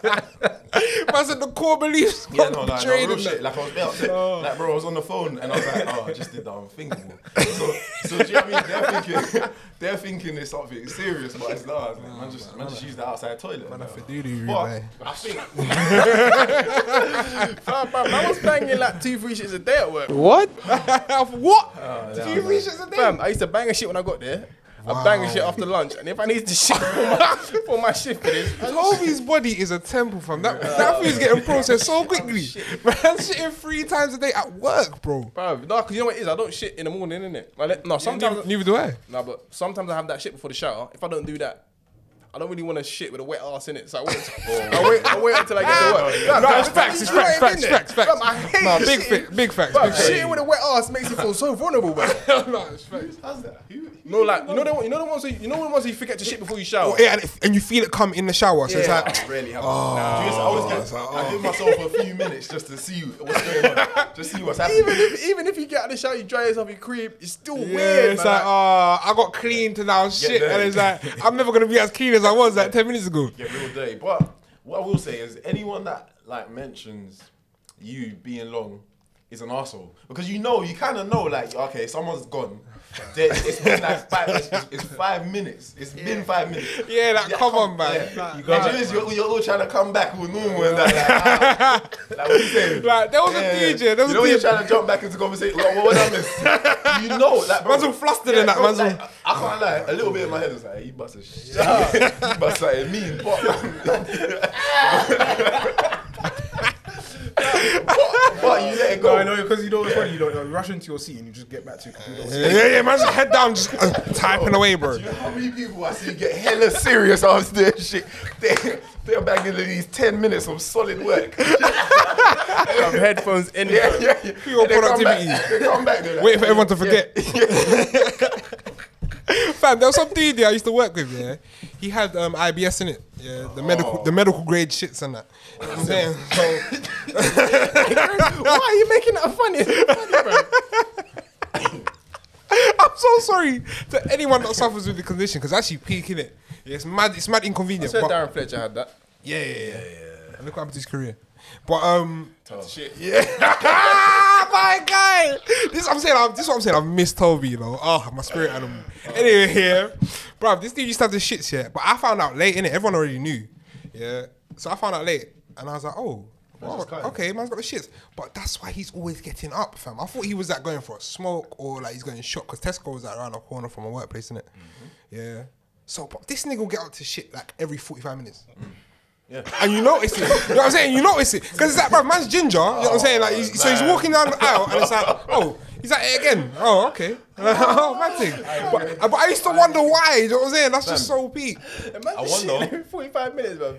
Man said the core beliefs
Yeah,
got
no, like, no,
betrayed Oh.
real
in
shit.
that.
Like I was bare upset. Like, bro, I was on the phone and I was like, oh, I just did that unthinkable. So, so do you know what I mean? They're thinking, they're thinking it's something serious, but it's not. It's like, man, just, man, just use the outside toilet. Man,
for doo-doo,
but
man.
I think,
fam, bruv, I was banging like two, three shits a day at work.
What? what? Do you reach as a thing?
Fam, I used to bang a shit when I got there. I bang a shit after lunch, and if I need to shit for my, for my shift, it is.
Toby's body is a temple, fam. That that food's getting processed so quickly. Man, shitting three times a day at work, bro.
Bro, no, because you know what it is? I don't shit in the morning, innit? I let, no, sometimes.
Neither do I.
No, but sometimes I have that shit before the shower. If I don't do that, I don't really want to shit with a wet ass in it. So I wait. I wait. I wait until I get to work. Fam,
it's facts, it's
you know
facts,
what I mean,
facts, facts,
innit?
facts.
Fam, I hate
No,
shitting.
big, fa- big facts.
Fam,
Big facts.
shitting with a wet ass makes you feel so vulnerable, bro.
No, it's facts.
how's that? Who, who
No, like you know the one- you know the ones who, you know the ones who you forget to shit before you shower.
Oh, yeah, and, if, and you feel it come in the shower, so
Yeah,
it's
I really have.
Oh.
Jeez, I always give, I give myself a few minutes just to see what's going on, just see what's happening.
Even if even if you get out of the shower, you dry yourself, you creep, it's still
like, yeah,
weird.
it's
man.
like, oh, I got clean to now shit, and
dirty.
it's like, I'm never gonna be as clean as I was like ten minutes ago.
get real dirty. But what I will say is, anyone that like mentions you being long is an asshole because you know you kind of know like okay someone's gone. There- it's been like five. It's, it's five minutes. It's been five minutes.
Yeah, like, come on, man.
Yeah. You got it. You're, you're all trying to come back all normal and that. Like, ah. like what you saying?
Like, there was a DJ, there was
you
a
know when you're
DJ.
trying to jump back into conversation. Like, what, what I miss? You know, like bro,
Man's all flustered in that,
bro,
man's
like,
all-
I can't lie. A little bit in my head was like, you bust a shit. you bust something mean, but. But you let it go.
No, I
Oh.
know because you know what's funny. You don't you rush into your seat and you just get back to your computer.
Yeah, yeah, man's head down, just uh, typing away, bro.
Do you know how many people I see get hella serious after their shit? They, they're back into these 10 minutes of solid work.
Fam, headphones in.
Yeah, yeah, yeah.
Pure
And they come back-
productivity.
They come back. they're like,
Wait for everyone to forget. Fam, there was some dude there I used to work with. Yeah, he had um, IBS in it. Yeah, the medical, the medical grade shits and that. You know what I'm saying, so
oh. Why are you making that funny? It's funny, bro.
I'm I'm so sorry to anyone that suffers with the condition because actually peaking it. Yeah, it's mad. It's mad
I
inconvenient.
said
but-
Darren Fletcher had that.
yeah, yeah, yeah, And Look what happened to his career. But um,
Shit.
Ah, my guy. This I'm saying. I'm, this is what I'm saying. I've missed Toby. You know. Oh, my spirit animal. Anyway, here, yeah. bro. This dude used to have the shits yeah, but I found out late in it. Everyone already knew. Yeah. So I found out late, and I was like, oh. wow, okay, man's got the shits, but that's why he's always getting up, fam. I thought he was like going for a smoke or like he's going shot because Tesco was like around the corner from my workplace, innit? Yeah. So, but this nigga will get up to shit like every forty-five minutes and you notice it. You know what I'm saying? You notice it because it's like, bro, man's ginger. You know what I'm saying? Like, he's, so he's walking down the aisle, and it's like, oh, he's at it again. Oh, okay. oh, mad thing. But, but I used to wonder why. You know what I'm saying? That's just so peak.
Imagine
wonder-
shitting every 45 minutes, bro.
No,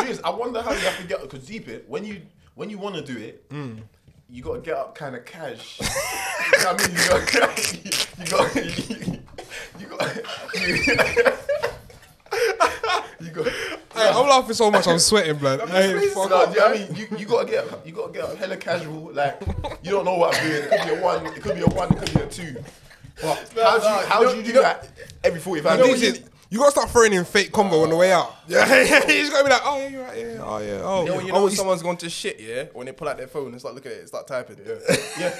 serious, I wonder how you have to get up because deep it when you when you want to do it, you got to get up kind of cash. you know what I mean, you got you got you got you got.
Hey, I'm laughing so much, I'm sweating, blood. Hey,
No,
fuck
do you know
off.
what I mean, you, you gotta get up, you gotta get up hella casual. Like you don't know what I'm doing. It could be a one, it could be a one, it could be a two. But how do you, how do, you do that every 45
You know what
minutes?
it is? You gotta start throwing in fake combo on the way out. Yeah, he's gonna be like, oh yeah, you're right, yeah, yeah, oh yeah, oh.
You know when you
oh,
know
he's-
someone's gone to shit, yeah? When they pull out their phone and start looking at it, start typing.
yeah, yeah,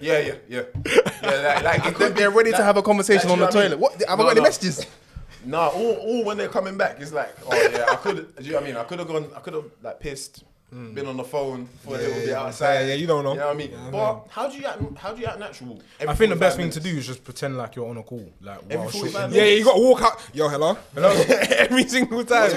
yeah, yeah. yeah like, like it
They're,
could be-
they're ready
like-
to have a conversation on
like,
the
do you know
toilet. What? Have I got any messages?
Nah, all, all when they're coming back, it's like, oh yeah, I could. Do you know what I mean? I could have gone. I could have like pissed, been on the phone for a little bit
yeah,
outside.
yeah, you don't know.
You know what I mean? but how do you act? How do you act natural?
I think the best thing to do is just pretend like you're on a call, like while
Every 45
shooting.
yeah, you gotta walk out. Yo, hello, hello, every single time.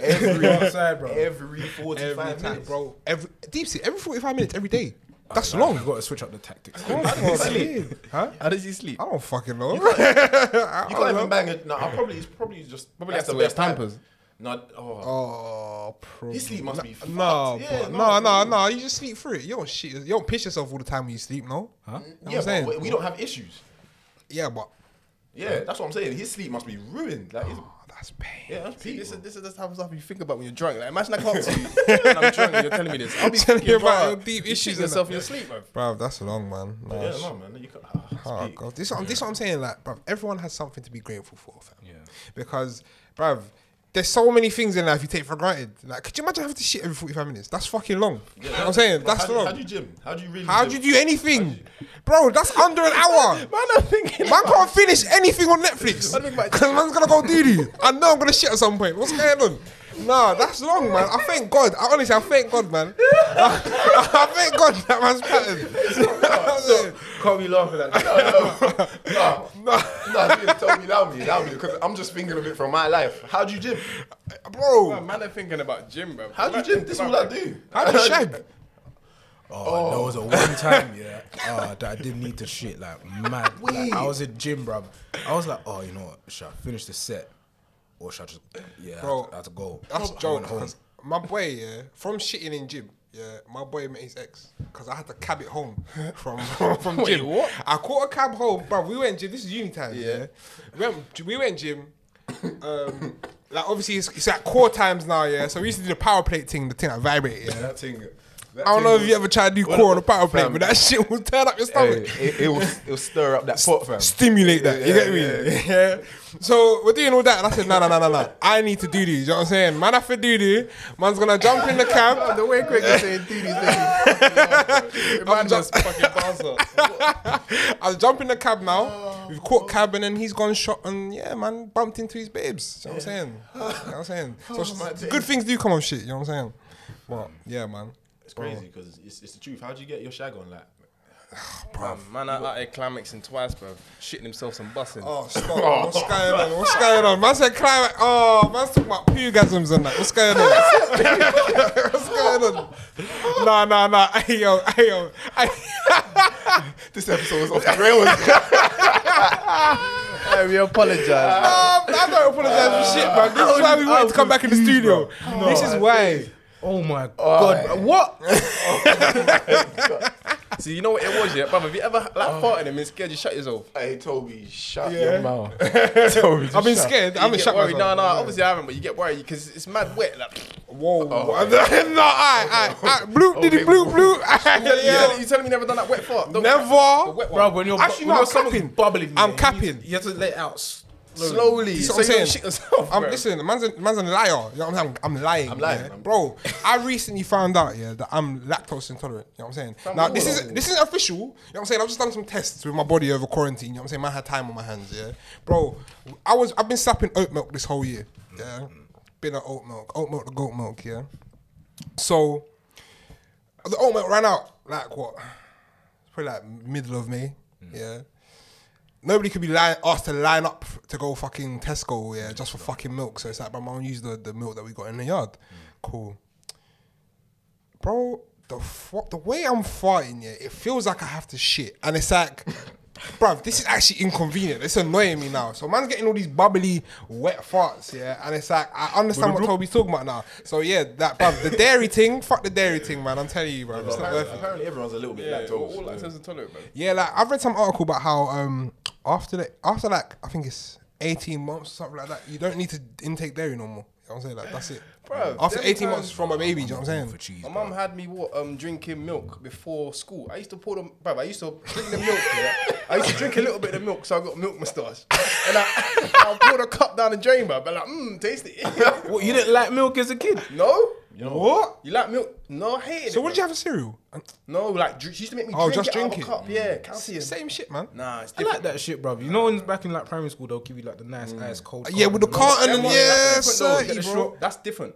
every
outside, bro.
Every forty-five
every time,
minutes,
bro. Every deep sea, every forty-five minutes, every day. That's
Like,
long.
You got to switch up the tactics.
Oh, sleep. Huh?
How does he sleep?
I don't fucking know.
You can't even bang it. No, I probably it's probably just
Probably
that's
has to
the
wear
best time.
Pampers.
No, oh,
oh, probably.
his sleep must be. fucked.
No,
Yeah,
but- no, no,
no.
no. You just sleep through it. You don't shit. You don't piss yourself all the time when you sleep, no. Huh?
Yeah,
I'm saying.
but we- we don't have issues.
Yeah, but
Yeah, that's what I'm saying. His sleep must be ruined. Like, it's-
oh, that's pain.
yeah, that's
See,
peak.
this is this is the type of stuff you think about when you're drunk. Like, imagine I can't sleep and I'm drunk and you're telling me this. I'll be
Telling you
thinking
about
about
your deep issues and
yourself
that.
in your sleep, man.
Bro, that's long, man. Nah,
Yeah,
sh-
no, man. You can't. ah, it's
Oh
peak.
god, this what, I'm- this what I'm saying. Like, bruv, everyone has something to be grateful for, fam.
Yeah.
Because, bruv, there's so many things in life you take for granted. Like, could you imagine having to shit every 45 minutes? That's fucking long. You know what I'm saying
But
that's
how do you-
long.
How do you gym? How do you really?
How do
gym?
you do anything, bro? That's under an hour.
Man, I'm thinking.
Man can't finish anything on Netflix
I think my-
because man's gonna go do this. I know I'm gonna shit at some point. What's going on? Nah, that's long, man. I thank God. I honestly, I thank God, man. I, thank God that man's pattern.
Can't be laughing at that.
No, no, no, dude, tell me, allow me, allow me, because I'm just thinking of it from my life. How do you gym?
bro,
Man, I'm thinking about gym, bro.
How do you gym? This is all I do.
how do you shag?
Oh, there was a one time, yeah, uh, that I didn't need to shit like mad. Like, I was in gym, bruv. I was like, oh, you know what? Should I finish the set, or should I just, yeah,
Bro,
I, had to, I had to go.
That's
I
a
went
joke.
home.
'cause My boy, yeah, from shitting in gym, yeah, my boy met his ex because I had to cab it home from from gym.
what?
I caught a cab home, bro. We went gym. This is uni time. Yeah, we went we went gym. Um, like obviously it's, it's at core times now, yeah. So we used to do the power plate thing, the thing that vibrated. Yeah.
That thing. That
I don't know if you ever tried to do core on a power plate,
fam.
but that shit will turn up your stomach
it, it, will, it will stir up that pot, fam.
stimulate that. you get me? Yeah. So we're doing all that, and I said, no, no, no, no, no. I need to do these. You know what I'm saying? Man, have to do this. Man's gonna jump in the cab.
The way Greg was saying dude, he's thinking. Man
ju-
was fucking bouncer.
I'll jump in the cab now. We've caught cab, and then he's gone shot, and yeah, man, bumped into his babes. You know what I'm saying? you know what I'm saying? So good things do come of shit. You know what I'm saying? But yeah, man.
It's crazy because it's, it's the truth. How do you get your shag on, like?
Man, I had climaxing twice, bro. Shitting himself some bussing.
Oh, stop. What's going on? What's going on? Man said climate. Oh, man's talking about pugasms and that. What's going on? What's going on? Nah, nah, nah. Hey, yo, hey, yo. Ay-
This episode was off the rails.
Hey, we apologize. man.
Um, I don't apologize for shit, man. This is why we wanted to come back in the studio. this is why.
Oh
Uh,
my god, bro. what?
See, you know what it was, yeah, brother. Have you ever like farted and been scared you shut yourself?
hey, Toby, shut
Yeah.
your mouth. Toby, just
I've been
shut-
scared.
you
I'm gonna
get
shut
worried. No,
myself.
no, obviously I haven't, but you get worried because it's mad wet. Like,
Whoa.
Oh.
no, I, I, I, bloop, diddy, bloop, bloop.
Yeah, yeah.
Aight,
You telling me never done that wet fart?
yo,
Don't-
Never.
Bro, when you're
Actually,
when
no,
you're
I'm
someone's
capping.
bubbling,
I'm
there,
capping.
You, you have to let it out s-
slowly.
See
So
what
you
I'm
don't
saying?
shit yourself.
I'm
bro.
listening. Man's a, man's a liar. You know what I'm saying? I'm, I'm lying. I'm
lying, I'm-
bro. I recently found out, yeah, that I'm lactose intolerant. You know what I'm saying? now this
cool.
isn't this isn't official. You know what I'm saying? I've just done some tests with my body over quarantine. You know what I'm saying? Man had time on my hands, yeah, bro. I was I've been sapping oat milk this whole year. Yeah, been at oat milk, oat milk, the goat milk, yeah. So the oat milk ran out like what? Probably like middle of May. Yeah. Nobody could be line, asked to line up f- to go fucking Tesco, yeah, just for fucking milk. So it's like, bro, mum use the, the milk that we got in the yard. Cool. Bro, the fu- the way I'm farting, yeah, it feels like I have to shit. And it's like, bruv, this is actually inconvenient. It's annoying me now. So man's getting all these bubbly, wet farts, yeah. And it's like, I understand what Toby's talking about now. So yeah, that bruv, the dairy thing, fuck the dairy thing, man. I'm telling you, bro. It's not worth it.
Apparently, everyone's a little bit
Yeah, all-
lactose.
all lactose intolerant, bro.
Yeah, like I've read some article about how um after the after like I think it's eighteen months or something like that, you don't need to intake dairy no more. You know what I'm saying? Like that's it.
Bruv,
after
them
eighteen
times-
months from a baby, you know what I'm saying?
for cheese.
My mum had me what um drinking milk before school. I used to pour them, bro. I used to drink the milk. Yeah? I used to drink a little bit of milk, so I got milk moustache. And I, I pour the cup down the drain, bro. But like, mmm, taste it.
What, you didn't like milk as a kid?
no,
What?
you like milk? No, I hated it.
So what did you
bro.
have a cereal? And-
No, like dr- she used to make me.
Oh,
drink
just
it out of
drink
a
it.
cup. Yeah, calcium.
Same shit, man.
Nah, it's
I
different.
like that shit, bro. You know, when back in like primary school, they'll give you like the nice ice cold.
Mm. Yeah, with the carton and
That one-
yeah,
that's different, though.
sir,
Get the
bro.
shot. That's different.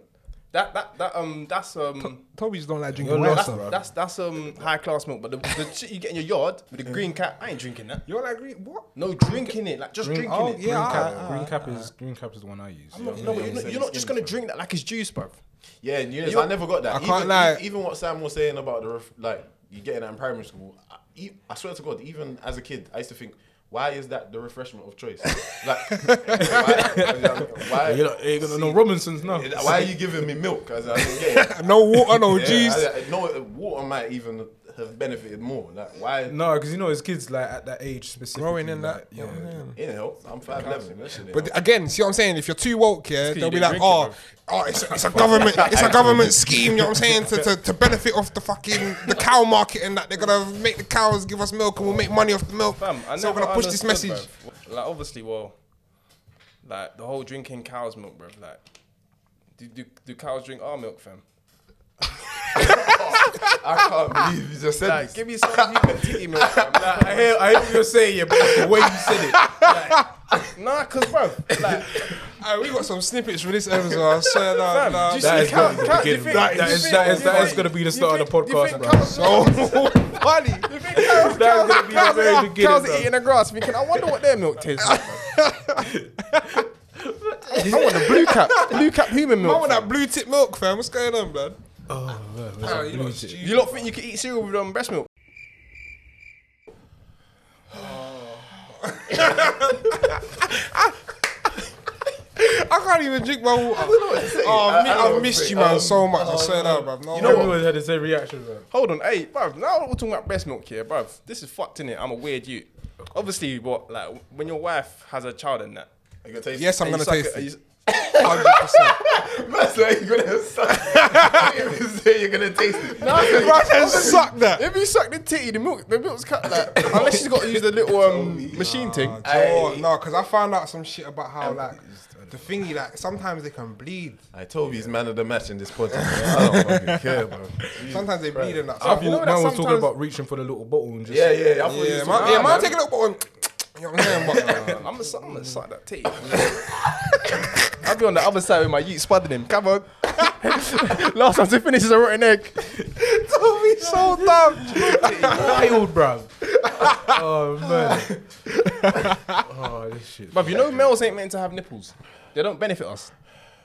That that that um that's um.
Toby just don't like drinking
You're
milk,
lost,
That's,
Awesome,
sir.
bro.
that's that's um high class milk, but the, the shit you get in your yard with the green cap, I ain't drinking that.
You're like green- what?
No, drinking it, like just
Green,
drinking
oh,
it.
green
yeah,
cap,
ah,
green cap is green cap is the one I use.
No,
Yeah.
no, but you're, not, you're not just gonna drink that like it's juice, bro.
Yeah, and you know,
You-
I never got that.
I
even,
can't lie.
Even what Sam was saying about the ref, like you getting that in primary school, I, e- I swear to God, even as a kid, I used to think, why is that the refreshment of choice? Like, why, why,
You're not, you're gonna know Robinsons now.
why are you giving me milk? As I didn't get it.
No water, no
Yeah,
juice.
I- I know water might even have benefited more. Like, why?
No, because you know, as kids, like at that age specifically,
Growing in that.
like, yeah.
It helps. I'm five eleven. That shit.
But
But
again, see what I'm saying? If you're too woke, yeah,
you
they'll be
didn't
like,
drink
oh,
it,
oh, it's a, it's a government, it's a government scheme. You know what I'm saying? To, to, to benefit off the fucking the cow market and that they're gonna make the cows give us milk and we'll make money off the milk.
Fam, I
so we're
never
gonna push this
understood,
message.
bruv. Like obviously, well, like the whole drinking cow's milk, bro. Like, do, do do cows drink our milk, fam?
I can't believe you just said
Like,
this.
give me some of your titty milk, fam. Like,
I hear, I hear what you're saying, yeah, but it's the way you said it.
nah, cause bro, like,
Alright, we got some snippets for this episode. I swear, nah,
fam,
nah.
do you
That
see
is
cow-
not the
cow- do you
beginning.
think-
That
do you
is-
think-
that is-
do you
that is
think-
gonna be the
do you
start of the
think- do you
podcast,
think
bro.
cows-
funny.
do you think cows-
That is gonna be the
cows-
very beginning,
Cows
bro.
are eating the grass, thinking, I wonder what their milk tastes like. bruv." I want the blue cap, blue cap human
Man,
milk.
with that blue tip milk, fam. What's going on, man?
Nah, you know,
You lot think you can eat cereal with um, breast milk?
I can't even drink my water. Oh, I, have missed you, man, so much. I swear, that, bro. No,
everyone had the same reaction, bro.
Hold on, hey, bruv, now we're talking about breast milk here, bruv. This is fucked, innit? I'm a weird you. Obviously, what, like, when your wife has a child and that.
Are you gonna taste
yes, I'm
and you
gonna
suck
taste
it,
it.
you-
100%.
That's why you're gonna suck. you say you're gonna taste it.
Bro, I suck that.
If you suck the titty, the milk, the milk's cut, like, unless she's got to use the little um, machine thing.
Aye.
Oh, no, because I found out some shit about how, like, the thingy, like, sometimes they can bleed.
I told you he's man of the match in this podcast. I don't fucking care, bro.
Sometimes they bleed and that.
I
So
thought
you know
man
that
was talking
sometimes-
about reaching for the little bottle and just
Yeah, yeah. I thought you
yeah,
was
man,
talking-
yeah,
Ah,
man, take a little bit on. You know what I'm saying? But,
I'm gonna, I'm gonna suck that titty. I'll be on the other side with my youth spudding him. Come on. Last time to finish is a rotten egg.
Toby, so dumb.
wild, bro. oh man. oh, this shit.
Bruv, you know males ain't meant to have nipples. They don't benefit us.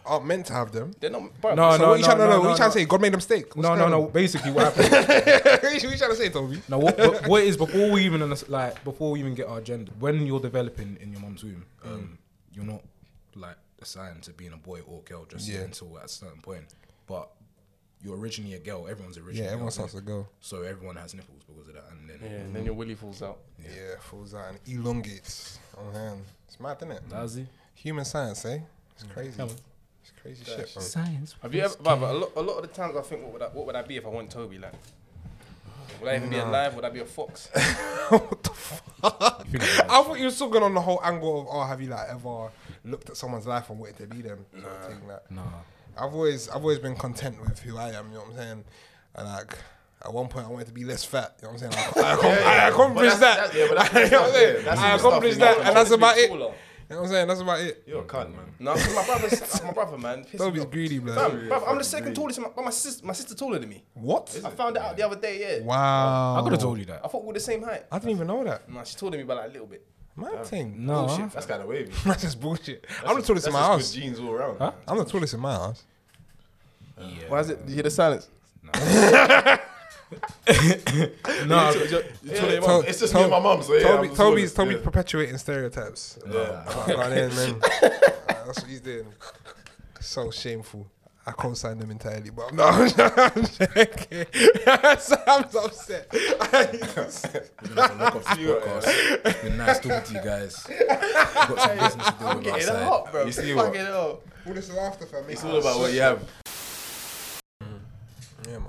Aren't uh, meant to have them.
They're not. Bruv,
No,
so
So
no,
what you
no,
trying to know?
no, no,
What you trying
no.
to say? God made a mistake. What's
No, no,
going
no.
on?
Basically, what happened?
what you trying to say, Toby?
now, what, what, what it is before we even unders- like before we even get our gender, when you're developing in your mum's womb, um, you're not like assigned to being a boy or girl just
Yeah.
until at a certain point. But you're originally a girl. Everyone's originally.
Yeah,
a girl,
everyone
innit?
starts to go.
So everyone has nipples because of that, and then
Yeah, and then your willy falls out.
Yeah, falls out and elongates. Oh man, it's mad, isn't it?
Nazi. Mm.
Human science, eh? It's crazy. It's Crazy shit, bro.
Science.
Have you ever? But a lot, a lot of the times I think, what would I, what would I be if I want Toby? Like, would I even be alive? Would I be a fox?
I thought you were still going on the whole angle of, oh, have you like ever looked at someone's life and wanted to be them? Nah. Like,
Nah.
I've always, I've always been content with who I am. You know what I'm saying? And like. At one point, I wanted to be less fat. You know what I'm saying? I, I, accom- I accomplished that.
yeah, but that's the
You know what I'm
stuff,
saying?
yeah, that's
I
the stuff,
accomplished
you know,
that,
I
and that's
Toby's
about it. You
taller.
know what I'm saying? That's about it.
You're a cunt, man.
No, 'cause my brother's my brother, man. pisses
Don't
me
be
off.
greedy,
Fam,
blood.
bruv, I'm the second tallest, in my, but my sister, my sister taller than me.
What?
I found it out the other day. Yeah,
Wow.
I could have told you
I
that.
thought we were the same height.
I didn't even know that.
Nah, she taller than me by like a little bit.
My thing.
No.
Bullshit.
That's kind of wavy.
That's just bullshit. I'm the tallest
That's
in my
just
house.
good genes all around.
Huh?
I'm the tallest in my house.
Yeah.
Why is it? You hear the silence?
No.
Yeah,
Toby-
it's just
Toby-
me and my mum. So yeah,
Toby,
I'm
Toby's
the tallest,
Toby
yeah.
perpetuating stereotypes.
Yeah.
I can't lie in, man. That's what he's doing. So shameful. I can't sign them entirely, but I'm not. I'm joking. Sam's upset.
We're gonna have to lock off this podcast. It's been nice talking to you guys. We've got some business to deal
I'm
with
getting
outside.
hot, bro.
You see what?
Fucking hot.
All this is after fam.
It's all about what you have.
Yeah, man.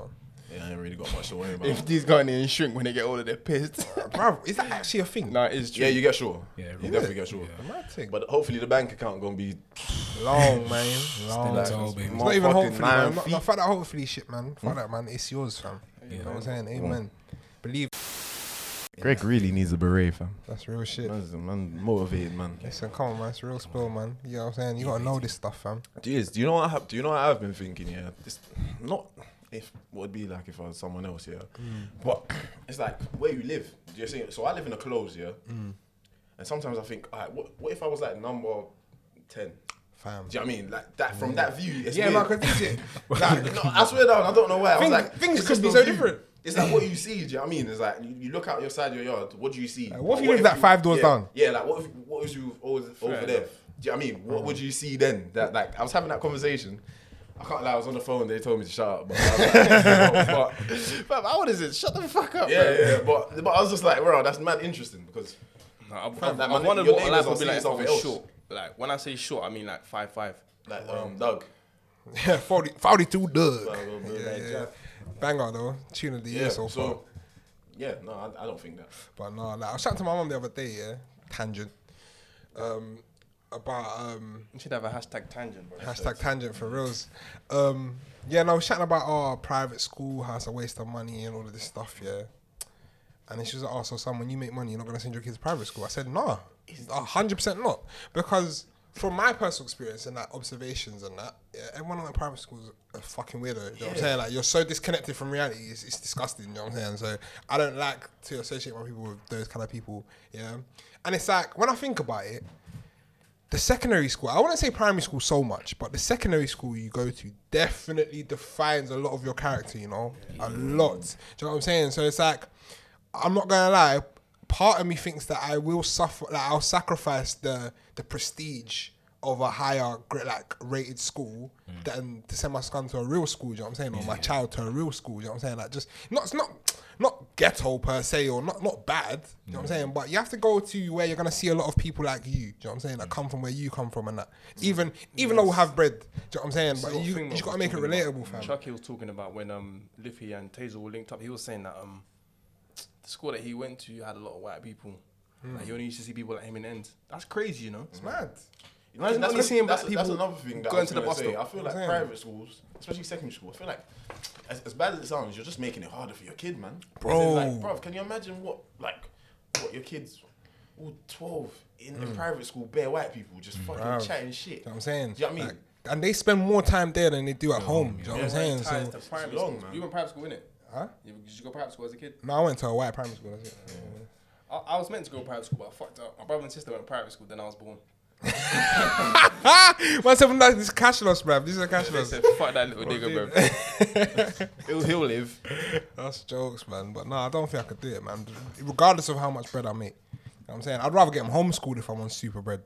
Yeah, I ain't really got much to worry about.
If these guys in shrink when they get older, they're pissed.
Bruv, is that actually a thing?
nah, it is true.
Yeah, you get shorter.
Yeah,
you
really.
definitely get shorter.
My thing.
But hopefully the bank account gonna be
long, man. Long.
Still tall, baby.
It's not even
Motherfucking
hopefully,
nine
man. Not,
feet. Hmm?
not fuck that hopefully shit, man. Fuck that, man. It's yours, fam. You know what I'm saying? Amen. Believe.
Greg really needs a beret, fam.
That's real shit.
Man's man, motivated man.
Listen, come on, man. It's real spill, man. You know what I'm saying? You gotta know this stuff, fam.
Jeez, do you know what I have? Do you know what I've been thinking? Yeah, it's not if what it'd be like if I was someone else. Yeah,
Mm.
but it's like where you live. Do you see? So I live in a close. Yeah,
Mm.
and sometimes I think, all right, what, what if I was like number ten?
Fam.
Do you know what I mean? Like that from that view. It's
Mm. Yeah,
weird.
man, cause this shit.
Like, no, I swear down, I don't know why. I was
Things-
like,
things
it's
could
just
be
the
so
view.
different.
It's like what you see. Do you know what I mean? It's like you, you look out your side of your yard. What do you see?
what if you live like five doors
yeah,
down?
Yeah, like what if what was you always over
enough.
there? Do you know what I mean?
Uh-huh.
What would you see then? That like I was having that conversation. I can't lie. I was on the phone. They told me to shut up. But, I was like, but-
Fam, how old is it? Shut the fuck up,
yeah,
bro.
yeah, yeah. But but I was just like, bro, that's mad interesting because
Nah, I've,
Fam,
I've,
like,
I've
my-
wondered
your
what
neighbours
life
are
would be
seeing
like if I
something
was
else.
short. Like when I say short, I mean like five five.
like um Doug.
Yeah, 40, 42 Doug.
Well, well, well,
Yeah,
like,
yeah.
yeah.
Banger though. Tune of the year
Yeah.
so far.
So yeah, no, I, I don't think that.
But no, like, I was chatting to my mum the other day, yeah. Tangent. Um, about um,
You should have a hashtag tangent, bro.
Hashtag tangent for reals. Um, yeah, and I was chatting about our private school, how's a waste of money and all of this stuff, yeah. And then she was like, oh, so Sam, when you make money, you're not going to send your kids to private school. I said, nah, 100% not. Because from my personal experience and like observations and that, yeah, everyone in the private school is a fucking weirdo. You know what I'm saying? Like, you're so disconnected from reality, it's, it's disgusting. You know what I'm saying? So I don't like to associate my people with those kind of people, yeah. And it's like, when I think about it, the secondary school, I wouldn't say primary school so much, but the secondary school you go to definitely defines a lot of your character, you know? A lot. Do you know what I'm saying? So it's like, I'm not gonna lie, part of me thinks that I will suffer, like, I'll sacrifice the the prestige of a higher, gra- like, rated school than to send my son to a real school, do you know what I'm saying? Or my child to a real school, do you know what I'm saying? Like, just, not, it's not, not ghetto per se or not not bad. You know
Mm.
what I'm saying? But you have to go to where you're gonna see a lot of people like you. Do you know what I'm saying? That
Mm.
come from where you come from and that. Even even though we have bread, do you know what I'm saying?
Sort
But
of
you
thing
you
that
just gotta
was
make it
talking about-
relatable, fam.
Chucky was talking about when um Liffy and Taser were linked up. He was saying that um the school that he went to had a lot of white people.
Hmm.
Like, you only used to see people like him in ends. That's crazy, you know. It's mad. Imagine
that's
only seeing
that's,
black
that's
people
another thing that
going
I was
to the
gonna
bus
say.
stop.
I feel like
Yeah.
private schools, especially secondary school, I feel like as, as bad as it sounds, you're just making it harder for your kid, man.
Bro.
As in, like, bro, can you imagine what like what your kids all twelve in, in private school, bare white people just fucking
Mm. Bruv.
chatting shit.
Do you know what I'm saying?
Do you know what I mean?
Like, and they spend more time there than they do at home. Do you know what I'm
Everyone
saying?
ties
So,
to primary
long,
schools.
man.
You went private school, innit?
Huh?
You, did you go private school as a kid?
no, I went to a white primary school. That's it.
I, I was meant to go private school, but I fucked up. My brother and sister went to private school, then I was born.
Ah, one seven nine. This is cash loss, bruv. This is a cash
They
loss.
said, fuck that little nigga, bro. he'll, he'll live.
That's jokes, man. But no, I don't think I could do it, man. Regardless of how much bread I make. You know what I'm saying? I'd rather get them homeschooled if I'm on super bread.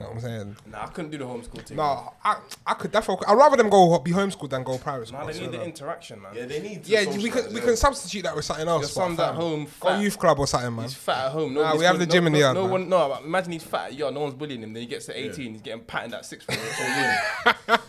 You know what I'm saying?
Nah, I couldn't do the homeschool thing. bro.
No, I, I could definitely. I'd rather them go be homeschooled than go private school.
Nah, they
So,
need the
no.
interaction, man.
Yeah, they need to
yeah, we
socialise,
can we
yeah.
can substitute that with something else.
Your
but
son's at
fam,
home,
Go
fat.
youth club or something, man.
He's fat at home.
Nah,
Nobody's
we have the
calling-
gym
no,
in the
no,
yard,
No
man.
one, no. Imagine he's fat at yard. No one's bullying him. Then he gets to 18. He's getting patted at six foot. It's all good.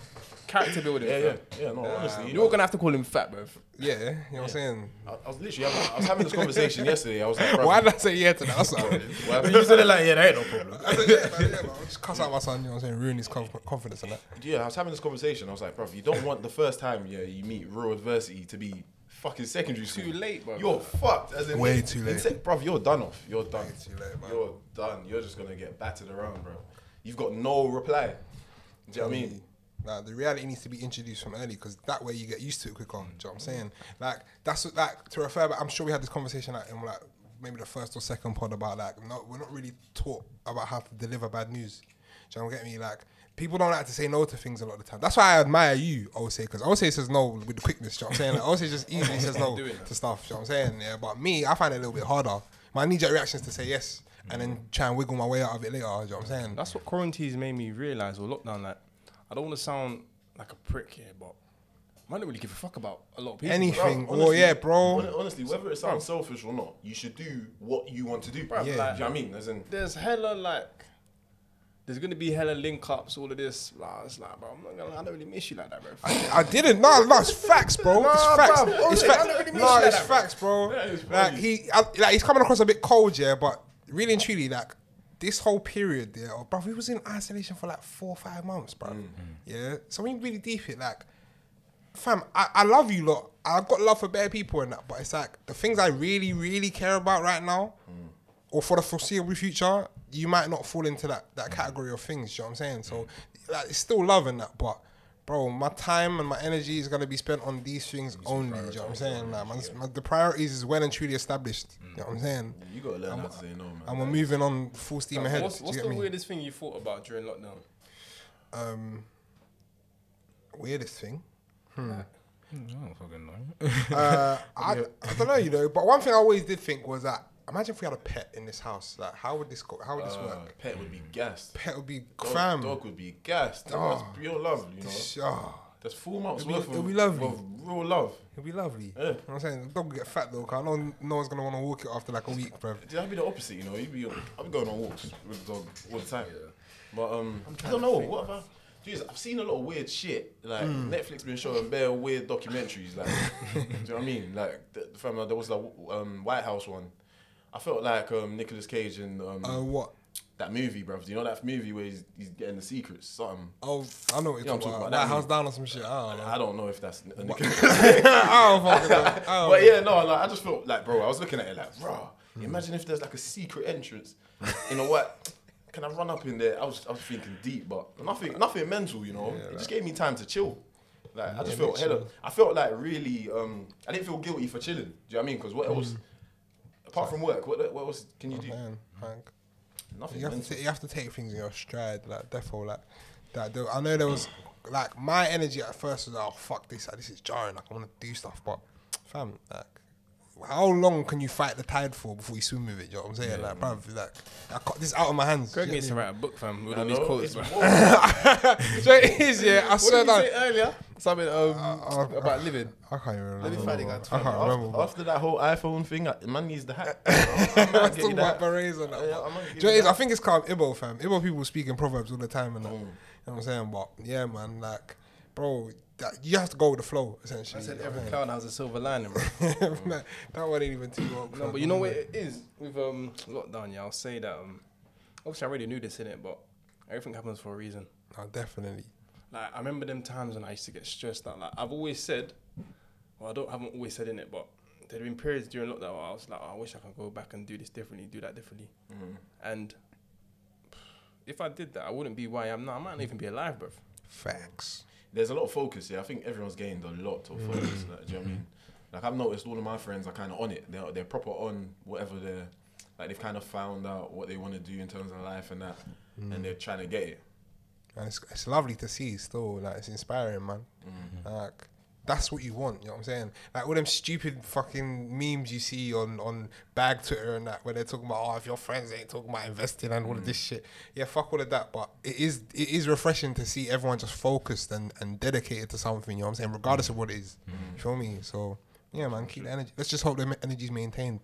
character building.
Yeah, yeah,
fam.
yeah. No, honestly, you
You're all gonna have to call him fat, bro.
Yeah, you know what I'm saying?
I, I was literally, having, I was having this conversation yesterday. I was like, bruv,
Why did I say yeah to that? That's all.
why-
You said it like, yeah, that ain't no problem.
I said, yeah, man, yeah, man. Just cuss out my son, you know what I'm saying? Ruin his conf- confidence and that.
yeah, I was having this conversation. I was like, bruv, you don't want the first time yeah you meet real adversity to be fucking secondary school.
late, bruv.
You're fucked. As in,
Way too late.
in sec- bruv. You're done off. You're done.
too late, man.
You're done. You're just gonna get battered around, bro. You've got no reply. Do you know what I mean?
Like the reality needs to be introduced from early because that way you get used to it quicker. Do you know what I'm saying? Like that's what- like to refer back. I'm sure we had this conversation like in like maybe the first or second pod about like no, we're not really taught about how to deliver bad news. Do you know what I mean? Like people don't like to say no to things a lot of the time. That's why I admire you, Ose, because Ose says no with quickness. Do you know what I'm saying? Like Ose just easily says no to stuff. Do you know what I'm saying? Yeah, but me, I find it a little bit harder. My knee-jerk reaction is to say yes and then try and wiggle my way out of it later. Do you know what I'm saying?
That's what quarantine's made me realize or lockdown. Like, I don't want to sound like a prick here, but I don't really give a fuck about a lot of people.
Anything.
Bro,
Oh yeah, bro.
hon- Honestly, whether it sounds selfish or not, you should do what you want to do.
Bruv,
Do you
like-
know what I mean? As in,
There's hella like. There's gonna be hella link ups, all of this. Blah, it's like, bro, I'm not gonna. I don't really miss you like that, bro.
I didn't. No, no, it's facts, bro. it's
Nah,
facts.
bruv,
it's
honestly, I
facts.
don't really mean
no,
shit like
it's
that, bruv.
facts, bro.
That is
like
funny.
he, I, like he's coming across a bit cold, yeah. But really and truly, like this whole period there, oh, bro, we was in isolation for like four, or five months, bro.
Mm.
Yeah. So when you really deep it, like, fam, I, I love you lot. I've got love for better people and that, but it's like the things I really, really care about right now, or for the foreseeable future, you might not fall into that that category of things. You know what I'm saying? So, like, it's still love and that, but. Bro, my time and my energy is gonna be spent on these things only. Do you know what I'm saying? Like, my, my- the priorities is well and truly established. You know what I'm saying?
you gotta learn how to say no, man. Uh,
And we're moving on full steam ahead.
what's
do you
what's
get
the
me?
weirdest thing you thought about during lockdown?
weirdest thing?
I don't fucking know.
uh, I, I don't know, you know. But one thing I always did think was that imagine if we had a pet in this house. Like, how would this go? How would this
Uh,
work?
pet would be gassed.
Pet would be
Dog,
cram.
dog would be gassed. That's
Ah.
pure love, you know.
Oh,
That's four months
It'll be-
worth
it'll
of,
be lovely.
of real love.
it'd be lovely.
Yeah.
You know what I'm saying the dog would get fat though, cause I know no one's gonna want to walk it after like a week, bruv.
Dude, That'd be the opposite, you know. You'd be, I'd be going on walks with the dog all the time. But um, I don't know. What have I? Jeez, I've seen a lot of weird shit. Like
Mm.
Netflix been showing bare weird documentaries. Like, do you know what I mean? Like, the, from there was like um, White House one. I felt like um, Nicolas Cage in um,
Uh, what?
that movie, bruv. Do you know that movie where he's, he's getting the secrets? Something.
Oh, I know what you're
Yeah,
talking
I'm talking
about. That
about that
house
mean-
down or some shit. I don't know.
I don't know if that's a Nicolas
I don't fucking know. I don't
But yeah, no, like, I just felt like, bro, I was looking at it like, bro, imagine if there's like a secret entrance. you know what? Can I run up in there? I was, I was thinking deep, but nothing, nothing mental, you know. it just gave me time to chill. Like I just felt hella. I felt like really. Um, I didn't feel guilty for chilling. Do you know what I mean? Because what else? Apart from work, what, what else can you do?
Mm. Oh, Man, Hank.
Nothing.
You have,
mental.
to, ta- you have to take things in your stride, like defo, like that. Though, I know there was like my energy at first was oh fuck this, like, this is jarring, like I want to do stuff, but fam, like how long can you fight the tide for before you swim with it? You know what I'm saying, like bruv, like I got this is out of my hands.
Greg
do you
needs to
get me?
write a book, fam, with
I
all these
know,
quotes,
it's
bro.
more-
So it is, yeah. I
What
swear
did you
down.
say earlier? Something um, about living.
I can't even remember.
me find it, guys.
I can't
after,
remember.
after that whole iPhone thing, I, man needs the hat. I'm not
Still white
getting that.
berets and that.
Yeah,
but-
I'm gonna
Do
give
you know what
you
it is?
that.
I think it's called Ibo, fam. Ibo people speak in proverbs all the time
Mm.
and that. You know what I'm saying? But yeah, man, like, bro, that, you have to go with the flow, essentially.
I said
you know
every
what
cloud has a silver lining, bro.
I'm saying? Man, that one ain't even too long.
No, but you know what it is with um lockdown. Yeah, I'll say that. Um, obviously, I already knew this in it, but everything happens for a reason.
No, definitely.
Like I remember them times when I used to get stressed out. Like I've always said, well, I don't haven't always said in it, but there'd been periods during lockdown where I was like, oh, I wish I could go back and do this differently, do that differently. And if I did that, I wouldn't be where I am now. I might not even be alive, bruv.
Facts.
there's a lot of focus yeah. I think everyone's gained a lot
Mm.
of focus. like, do you know what I mean? Like I've noticed all of my friends are kind of on it. They're they're proper on whatever they're like. They've kind of found out what they want to do in terms of life and that,
Mm.
and they're trying to get it.
And it's, it's lovely to see still. Like, it's inspiring, man.
Mm-hmm.
Like, that's what you want, you know what I'm saying? Like all them stupid fucking memes you see on on bag Twitter and that, where they're talking about, oh, if your friends ain't talking about investing and all of this
Mm.
shit, yeah, fuck all of that. But it is it is refreshing to see everyone just focused and and dedicated to something, you know what I'm saying, regardless of what it is.
Mm.
You feel me? So yeah, man, keep the energy. Let's just hope the energy's maintained.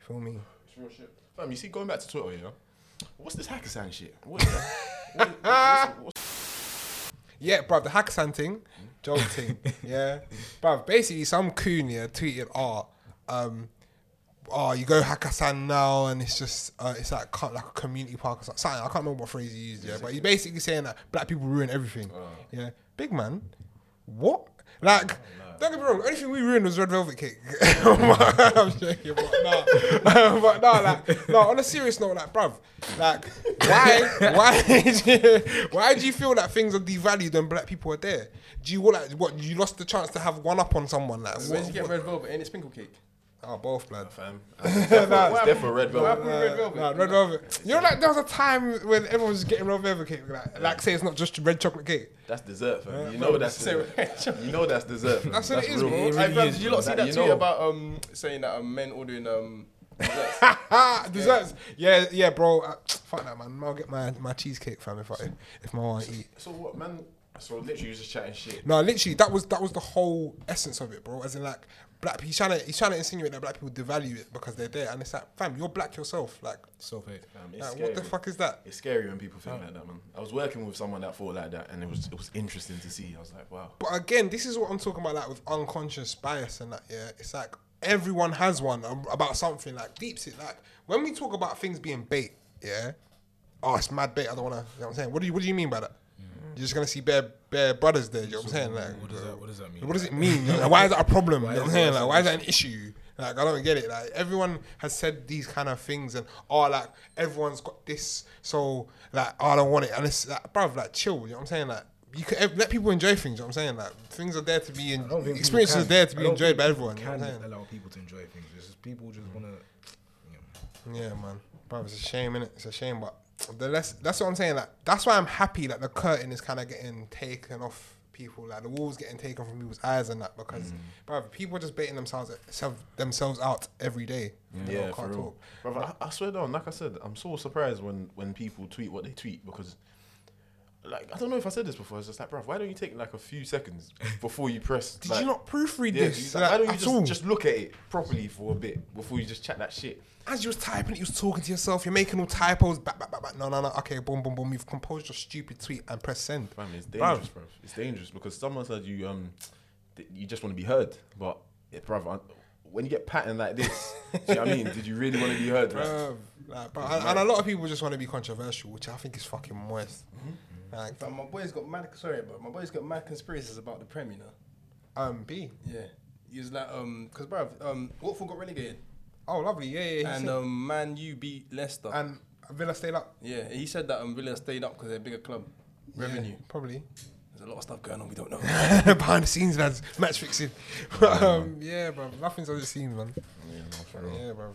You feel me?
It's real shit. Fam, you see, going back to Twitter, yeah. What's this Hackersan shit? What is that? what is, what's, what's,
Yeah, bruv, the Hacksan thing, joke thing. Yeah. bruv, basically, some coon here tweeted, oh, um, oh, you go Hakasan now, and it's just, uh, it's like, co- like a community park or something. Something, I can't remember what phrase he used, yeah, but he's basically saying that black people ruin everything. Yeah. Big man, what? Like, don't get me wrong, only thing we ruined was red velvet cake. I'm joking, but nah, but nah, like, no. On a serious note, like, bruv, like, why, why, did you- why do you feel that things are devalued when black people are there? Do you what, like, what? You lost the chance to have one up on someone, like,
Where'd you
what,
get
what,
red velvet? Ain't it sprinkle cake?
oh, both blood.
fam. It's definitely red
What
velvet.
happened with red velvet?
Nah, red velvet. You know, like there was a time when everyone was getting red velvet cake. Like, like say it's not just red chocolate cake.
That's dessert, fam. You know that's
So-
dessert. You know that's dessert. fam.
That's what it is,
real.
bro.
Hey, fam, did you lot see
That
that
you
tweet
know.
about um saying that um, men ordering um desserts?
Ah, desserts. Yeah, yeah, bro. Uh, fuck that, man. I'll get my, my cheesecake, fam, if I if my want eat.
So what, man? So literally, you just chatting shit.
No, literally, that was that was the whole essence of it, bro. As in, like, black. He's trying to he's trying to insinuate that black people devalue it because they're there, and it's like, fam, you're black yourself. Like,
So fake.
Fam, it's
like
scary.
what the fuck is that?
It's scary when people
Oh.
think like that, man. I was working with someone that thought like that, and it was it was interesting to see. I was like, wow.
But again, this is what I'm talking about, like with unconscious bias and that. Yeah, it's like everyone has one um, about something. Like deeps it. Like when we talk about things being bait, yeah. Oh, it's mad bait. I don't want to. You know what I'm saying? What do you What do you mean by that? You're just gonna see bare bare brothers there. You know what I'm saying? Like,
Mm. What does that? What does that mean?
what does it mean? Like, why is that a problem? You know what I'm saying? Like, why is that an issue? Like, I don't get it. Like, everyone has said these kind of things, and oh, like everyone's got this, so like oh, I don't want it. And it's like, bruv, like chill. You know what I'm saying? Like, you could ev- let people enjoy things. You know what I'm saying? Like, things are there to be
I don't
en-
think
experiences
people
are
can-
there to be
I don't
enjoyed
think
by
people
everyone. You know what I'm Mm.
Can allow people to enjoy things. It's just people just wanna. You know,
saying? Yeah, man. Bruv, it's a shame, innit? It's a shame, but the less that's what I'm saying. Like, that's why I'm happy that the curtain is kind of getting taken off. People like the walls getting taken from people's eyes and that because, bruv, people are just baiting themselves self, themselves out every day. You know,
Yeah, for
can't
real.
talk.
Brother, I, I swear down, like I said, I'm so surprised when when people tweet what they tweet because, like, I don't know if I said this before. It's just like, bruv, why don't you take like a few seconds before you press?
Did
like-
you not proofread
Yeah,
this?
you- like, why don't you
at all?
just, just look at it properly for a bit before you just chat that shit?
as you was typing, it, you was talking to yourself. You're making all typos. Back, back, back, back. No, no, no. Okay, boom, boom, boom. You've composed your stupid tweet and press send.
Fam, it's
Bruv.
dangerous, bro. It's dangerous because someone said you um, th- you just want to be heard, but yeah, bruv, I- when you get patterned like this, do you know what I mean? Did you really want to be heard, bruv?
Bruv, like, bruv, and, and a lot of people just want to be controversial, which I think is fucking moist.
Mm-hmm.
Like,
Fam, my boy's got mad. Sorry, but my boy's got mad conspiracies about the Prem. You know.
um, B.
Yeah. He was like, um, because bruv, um, Watford got relegated,
Oh, lovely. Yeah, yeah. yeah.
and um, Man U beat Leicester.
uh,
and Villa stayed up.
yeah, he said that um, Villa stayed up because they're a bigger club. Revenue.
Yeah, probably.
There's a lot of stuff going on we don't know.
Behind the scenes, lads. Match fixing. But, um, yeah, bruv. Nothing's as it seems, man.
Yeah, no, for real.
Yeah, bruv.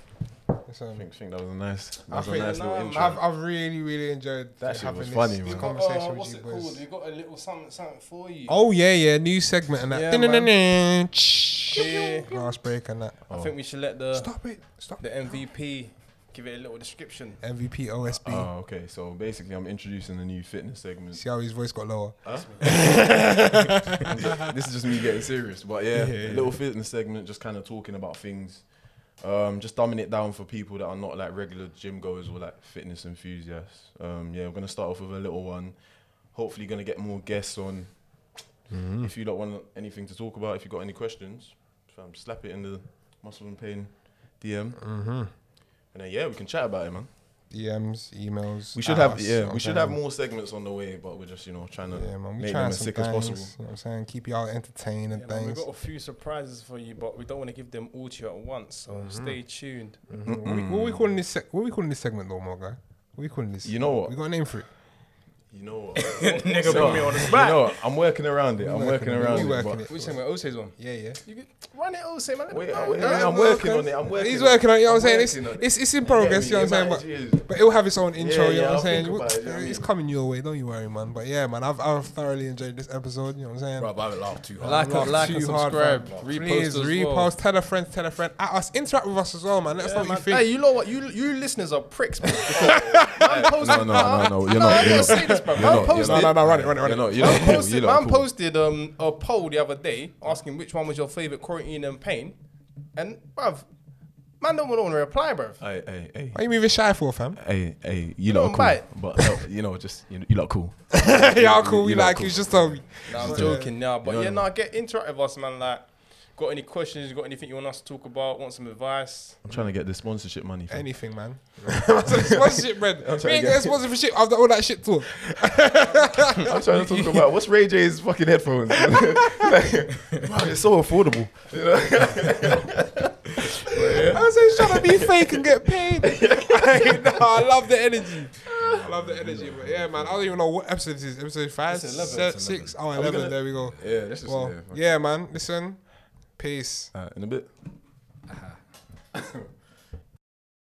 It's, um,
I think, think that was a nice, that
I
was a
think-
nice little
um,
intro.
I've, I've really, really enjoyed
That shit
having
was
this,
funny,
this
man.
conversation
Uh,
with
what's
you
it
boys.
called? We got a little something, something for you.
Oh yeah, yeah, new segment and that.
Yeah, man.
Yeah,
Yeah.
Glass break and that.
I think we should let the
Stop it! Stop
the MVP give it a little description.
MVP OSB.
Oh, okay. So basically, I'm introducing a new fitness segment.
See how his voice got lower.
Uh.
this is just me getting serious, but yeah,
Yeah, yeah.
a little fitness segment, just kind of talking about things, um, just dumbing it down for people that are not like regular gym goers or like fitness enthusiasts. Um, yeah, we're gonna start off with a little one. Hopefully, gonna get more guests on. If you don't want anything to talk about, if you got any questions, fam, slap it in the muscle and pain DM, and then yeah, we can chat about it, man. Ah,
DMs, emails.
We should
at
have
us, you know
yeah,
what
we
I'm
should
saying?
have more segments on the way, but we're just you know trying to
Yeah, man. We
make
trying some
them as sick as
things,
possible.
You know what I'm saying, keep y'all entertained and
Yeah, man, we've
things.
got a few surprises for you, but we don't want to give them all to you at once, so
Mm-hmm.
stay tuned.
Mm.
Mhm. What we- What we calling this? Seg- what we calling this segment though, my guy? What we calling this?
Hmm. You know what?
We got a name for it.
You know what?
Nigga
So,
put me on the
you
spot.
know what? I'm working around it. I'm
working
working
it.
around
We
it.
working
but-
it.
Which segment? Osei's one.
Yeah, yeah.
You could run it, Osei, man.
Wait,
No,
wait,
no,
wait, I'm
no.
working on it. I'm working.
He's
on it.
working on it. You know what I'm saying?
working
It's
on it.
it's, it's in
Yeah,
progress. you know
yeah,
what I'm saying?
man,
But
cheers.
But it'll have its own intro, you
Yeah,
know
yeah,
what I'm
I'll
saying?
think about it, you know what I
it's
mean?
coming your way, don't you worry, man. But yeah, man, I've, I've thoroughly enjoyed this episode, you know what I'm saying?
bro, I haven't laughed too hard.
Like,
Laugh
and- like,
too
and
hard,
subscribe.
fam.
Repost
Please
as well.
repost, tell a friend, tell a friend. At us, interact with us as well, man. Let us know what
Man,
you think.
Hey, you know what? You you listeners are pricks. man, because I'm posting.
No, no, no, no. You're not.
I'm gonna
You're not.
say this, bro. Man
You're not. You're
posted.
not.
no, no, run it, run it, run
You're
it.
not. You're
Man
not. cool,
posted,
You're
man
not. cool.
posted um, a poll the other day asking which one was your favorite quarantine and pain, and bruv, Man don't want to reply, bro.
Hey, hey, hey.
Why you moving shy for, fam?
Hey, hey, you
Come on,
lot are cool,
bite.
but no, you know, just you know, you lot are cool.
Y'all cool. We
you lot are
like you. Just tell me.
Nah, I'm joking now, but yeah, nah, get interact with us, man. Like, got any questions? Got anything you want us to talk about? Want some advice?
I'm trying to get the sponsorship money. fam.
Anything, man. sponsorship, man. We ain't getting sponsorship after all that shit talk.
I'm trying to talk about what's Ray J's fucking headphones. man? Wow, it's so affordable.
I was just trying to be fake and get paid. no, I love the energy. I love the energy, but yeah, man. I don't even know what episode this is. Episode five,
It's 11,
se-
it's
six. Oh, 11.
gonna-
there we go.
Yeah, let's just
Well, yeah, man. Listen, peace.
Uh, in a bit.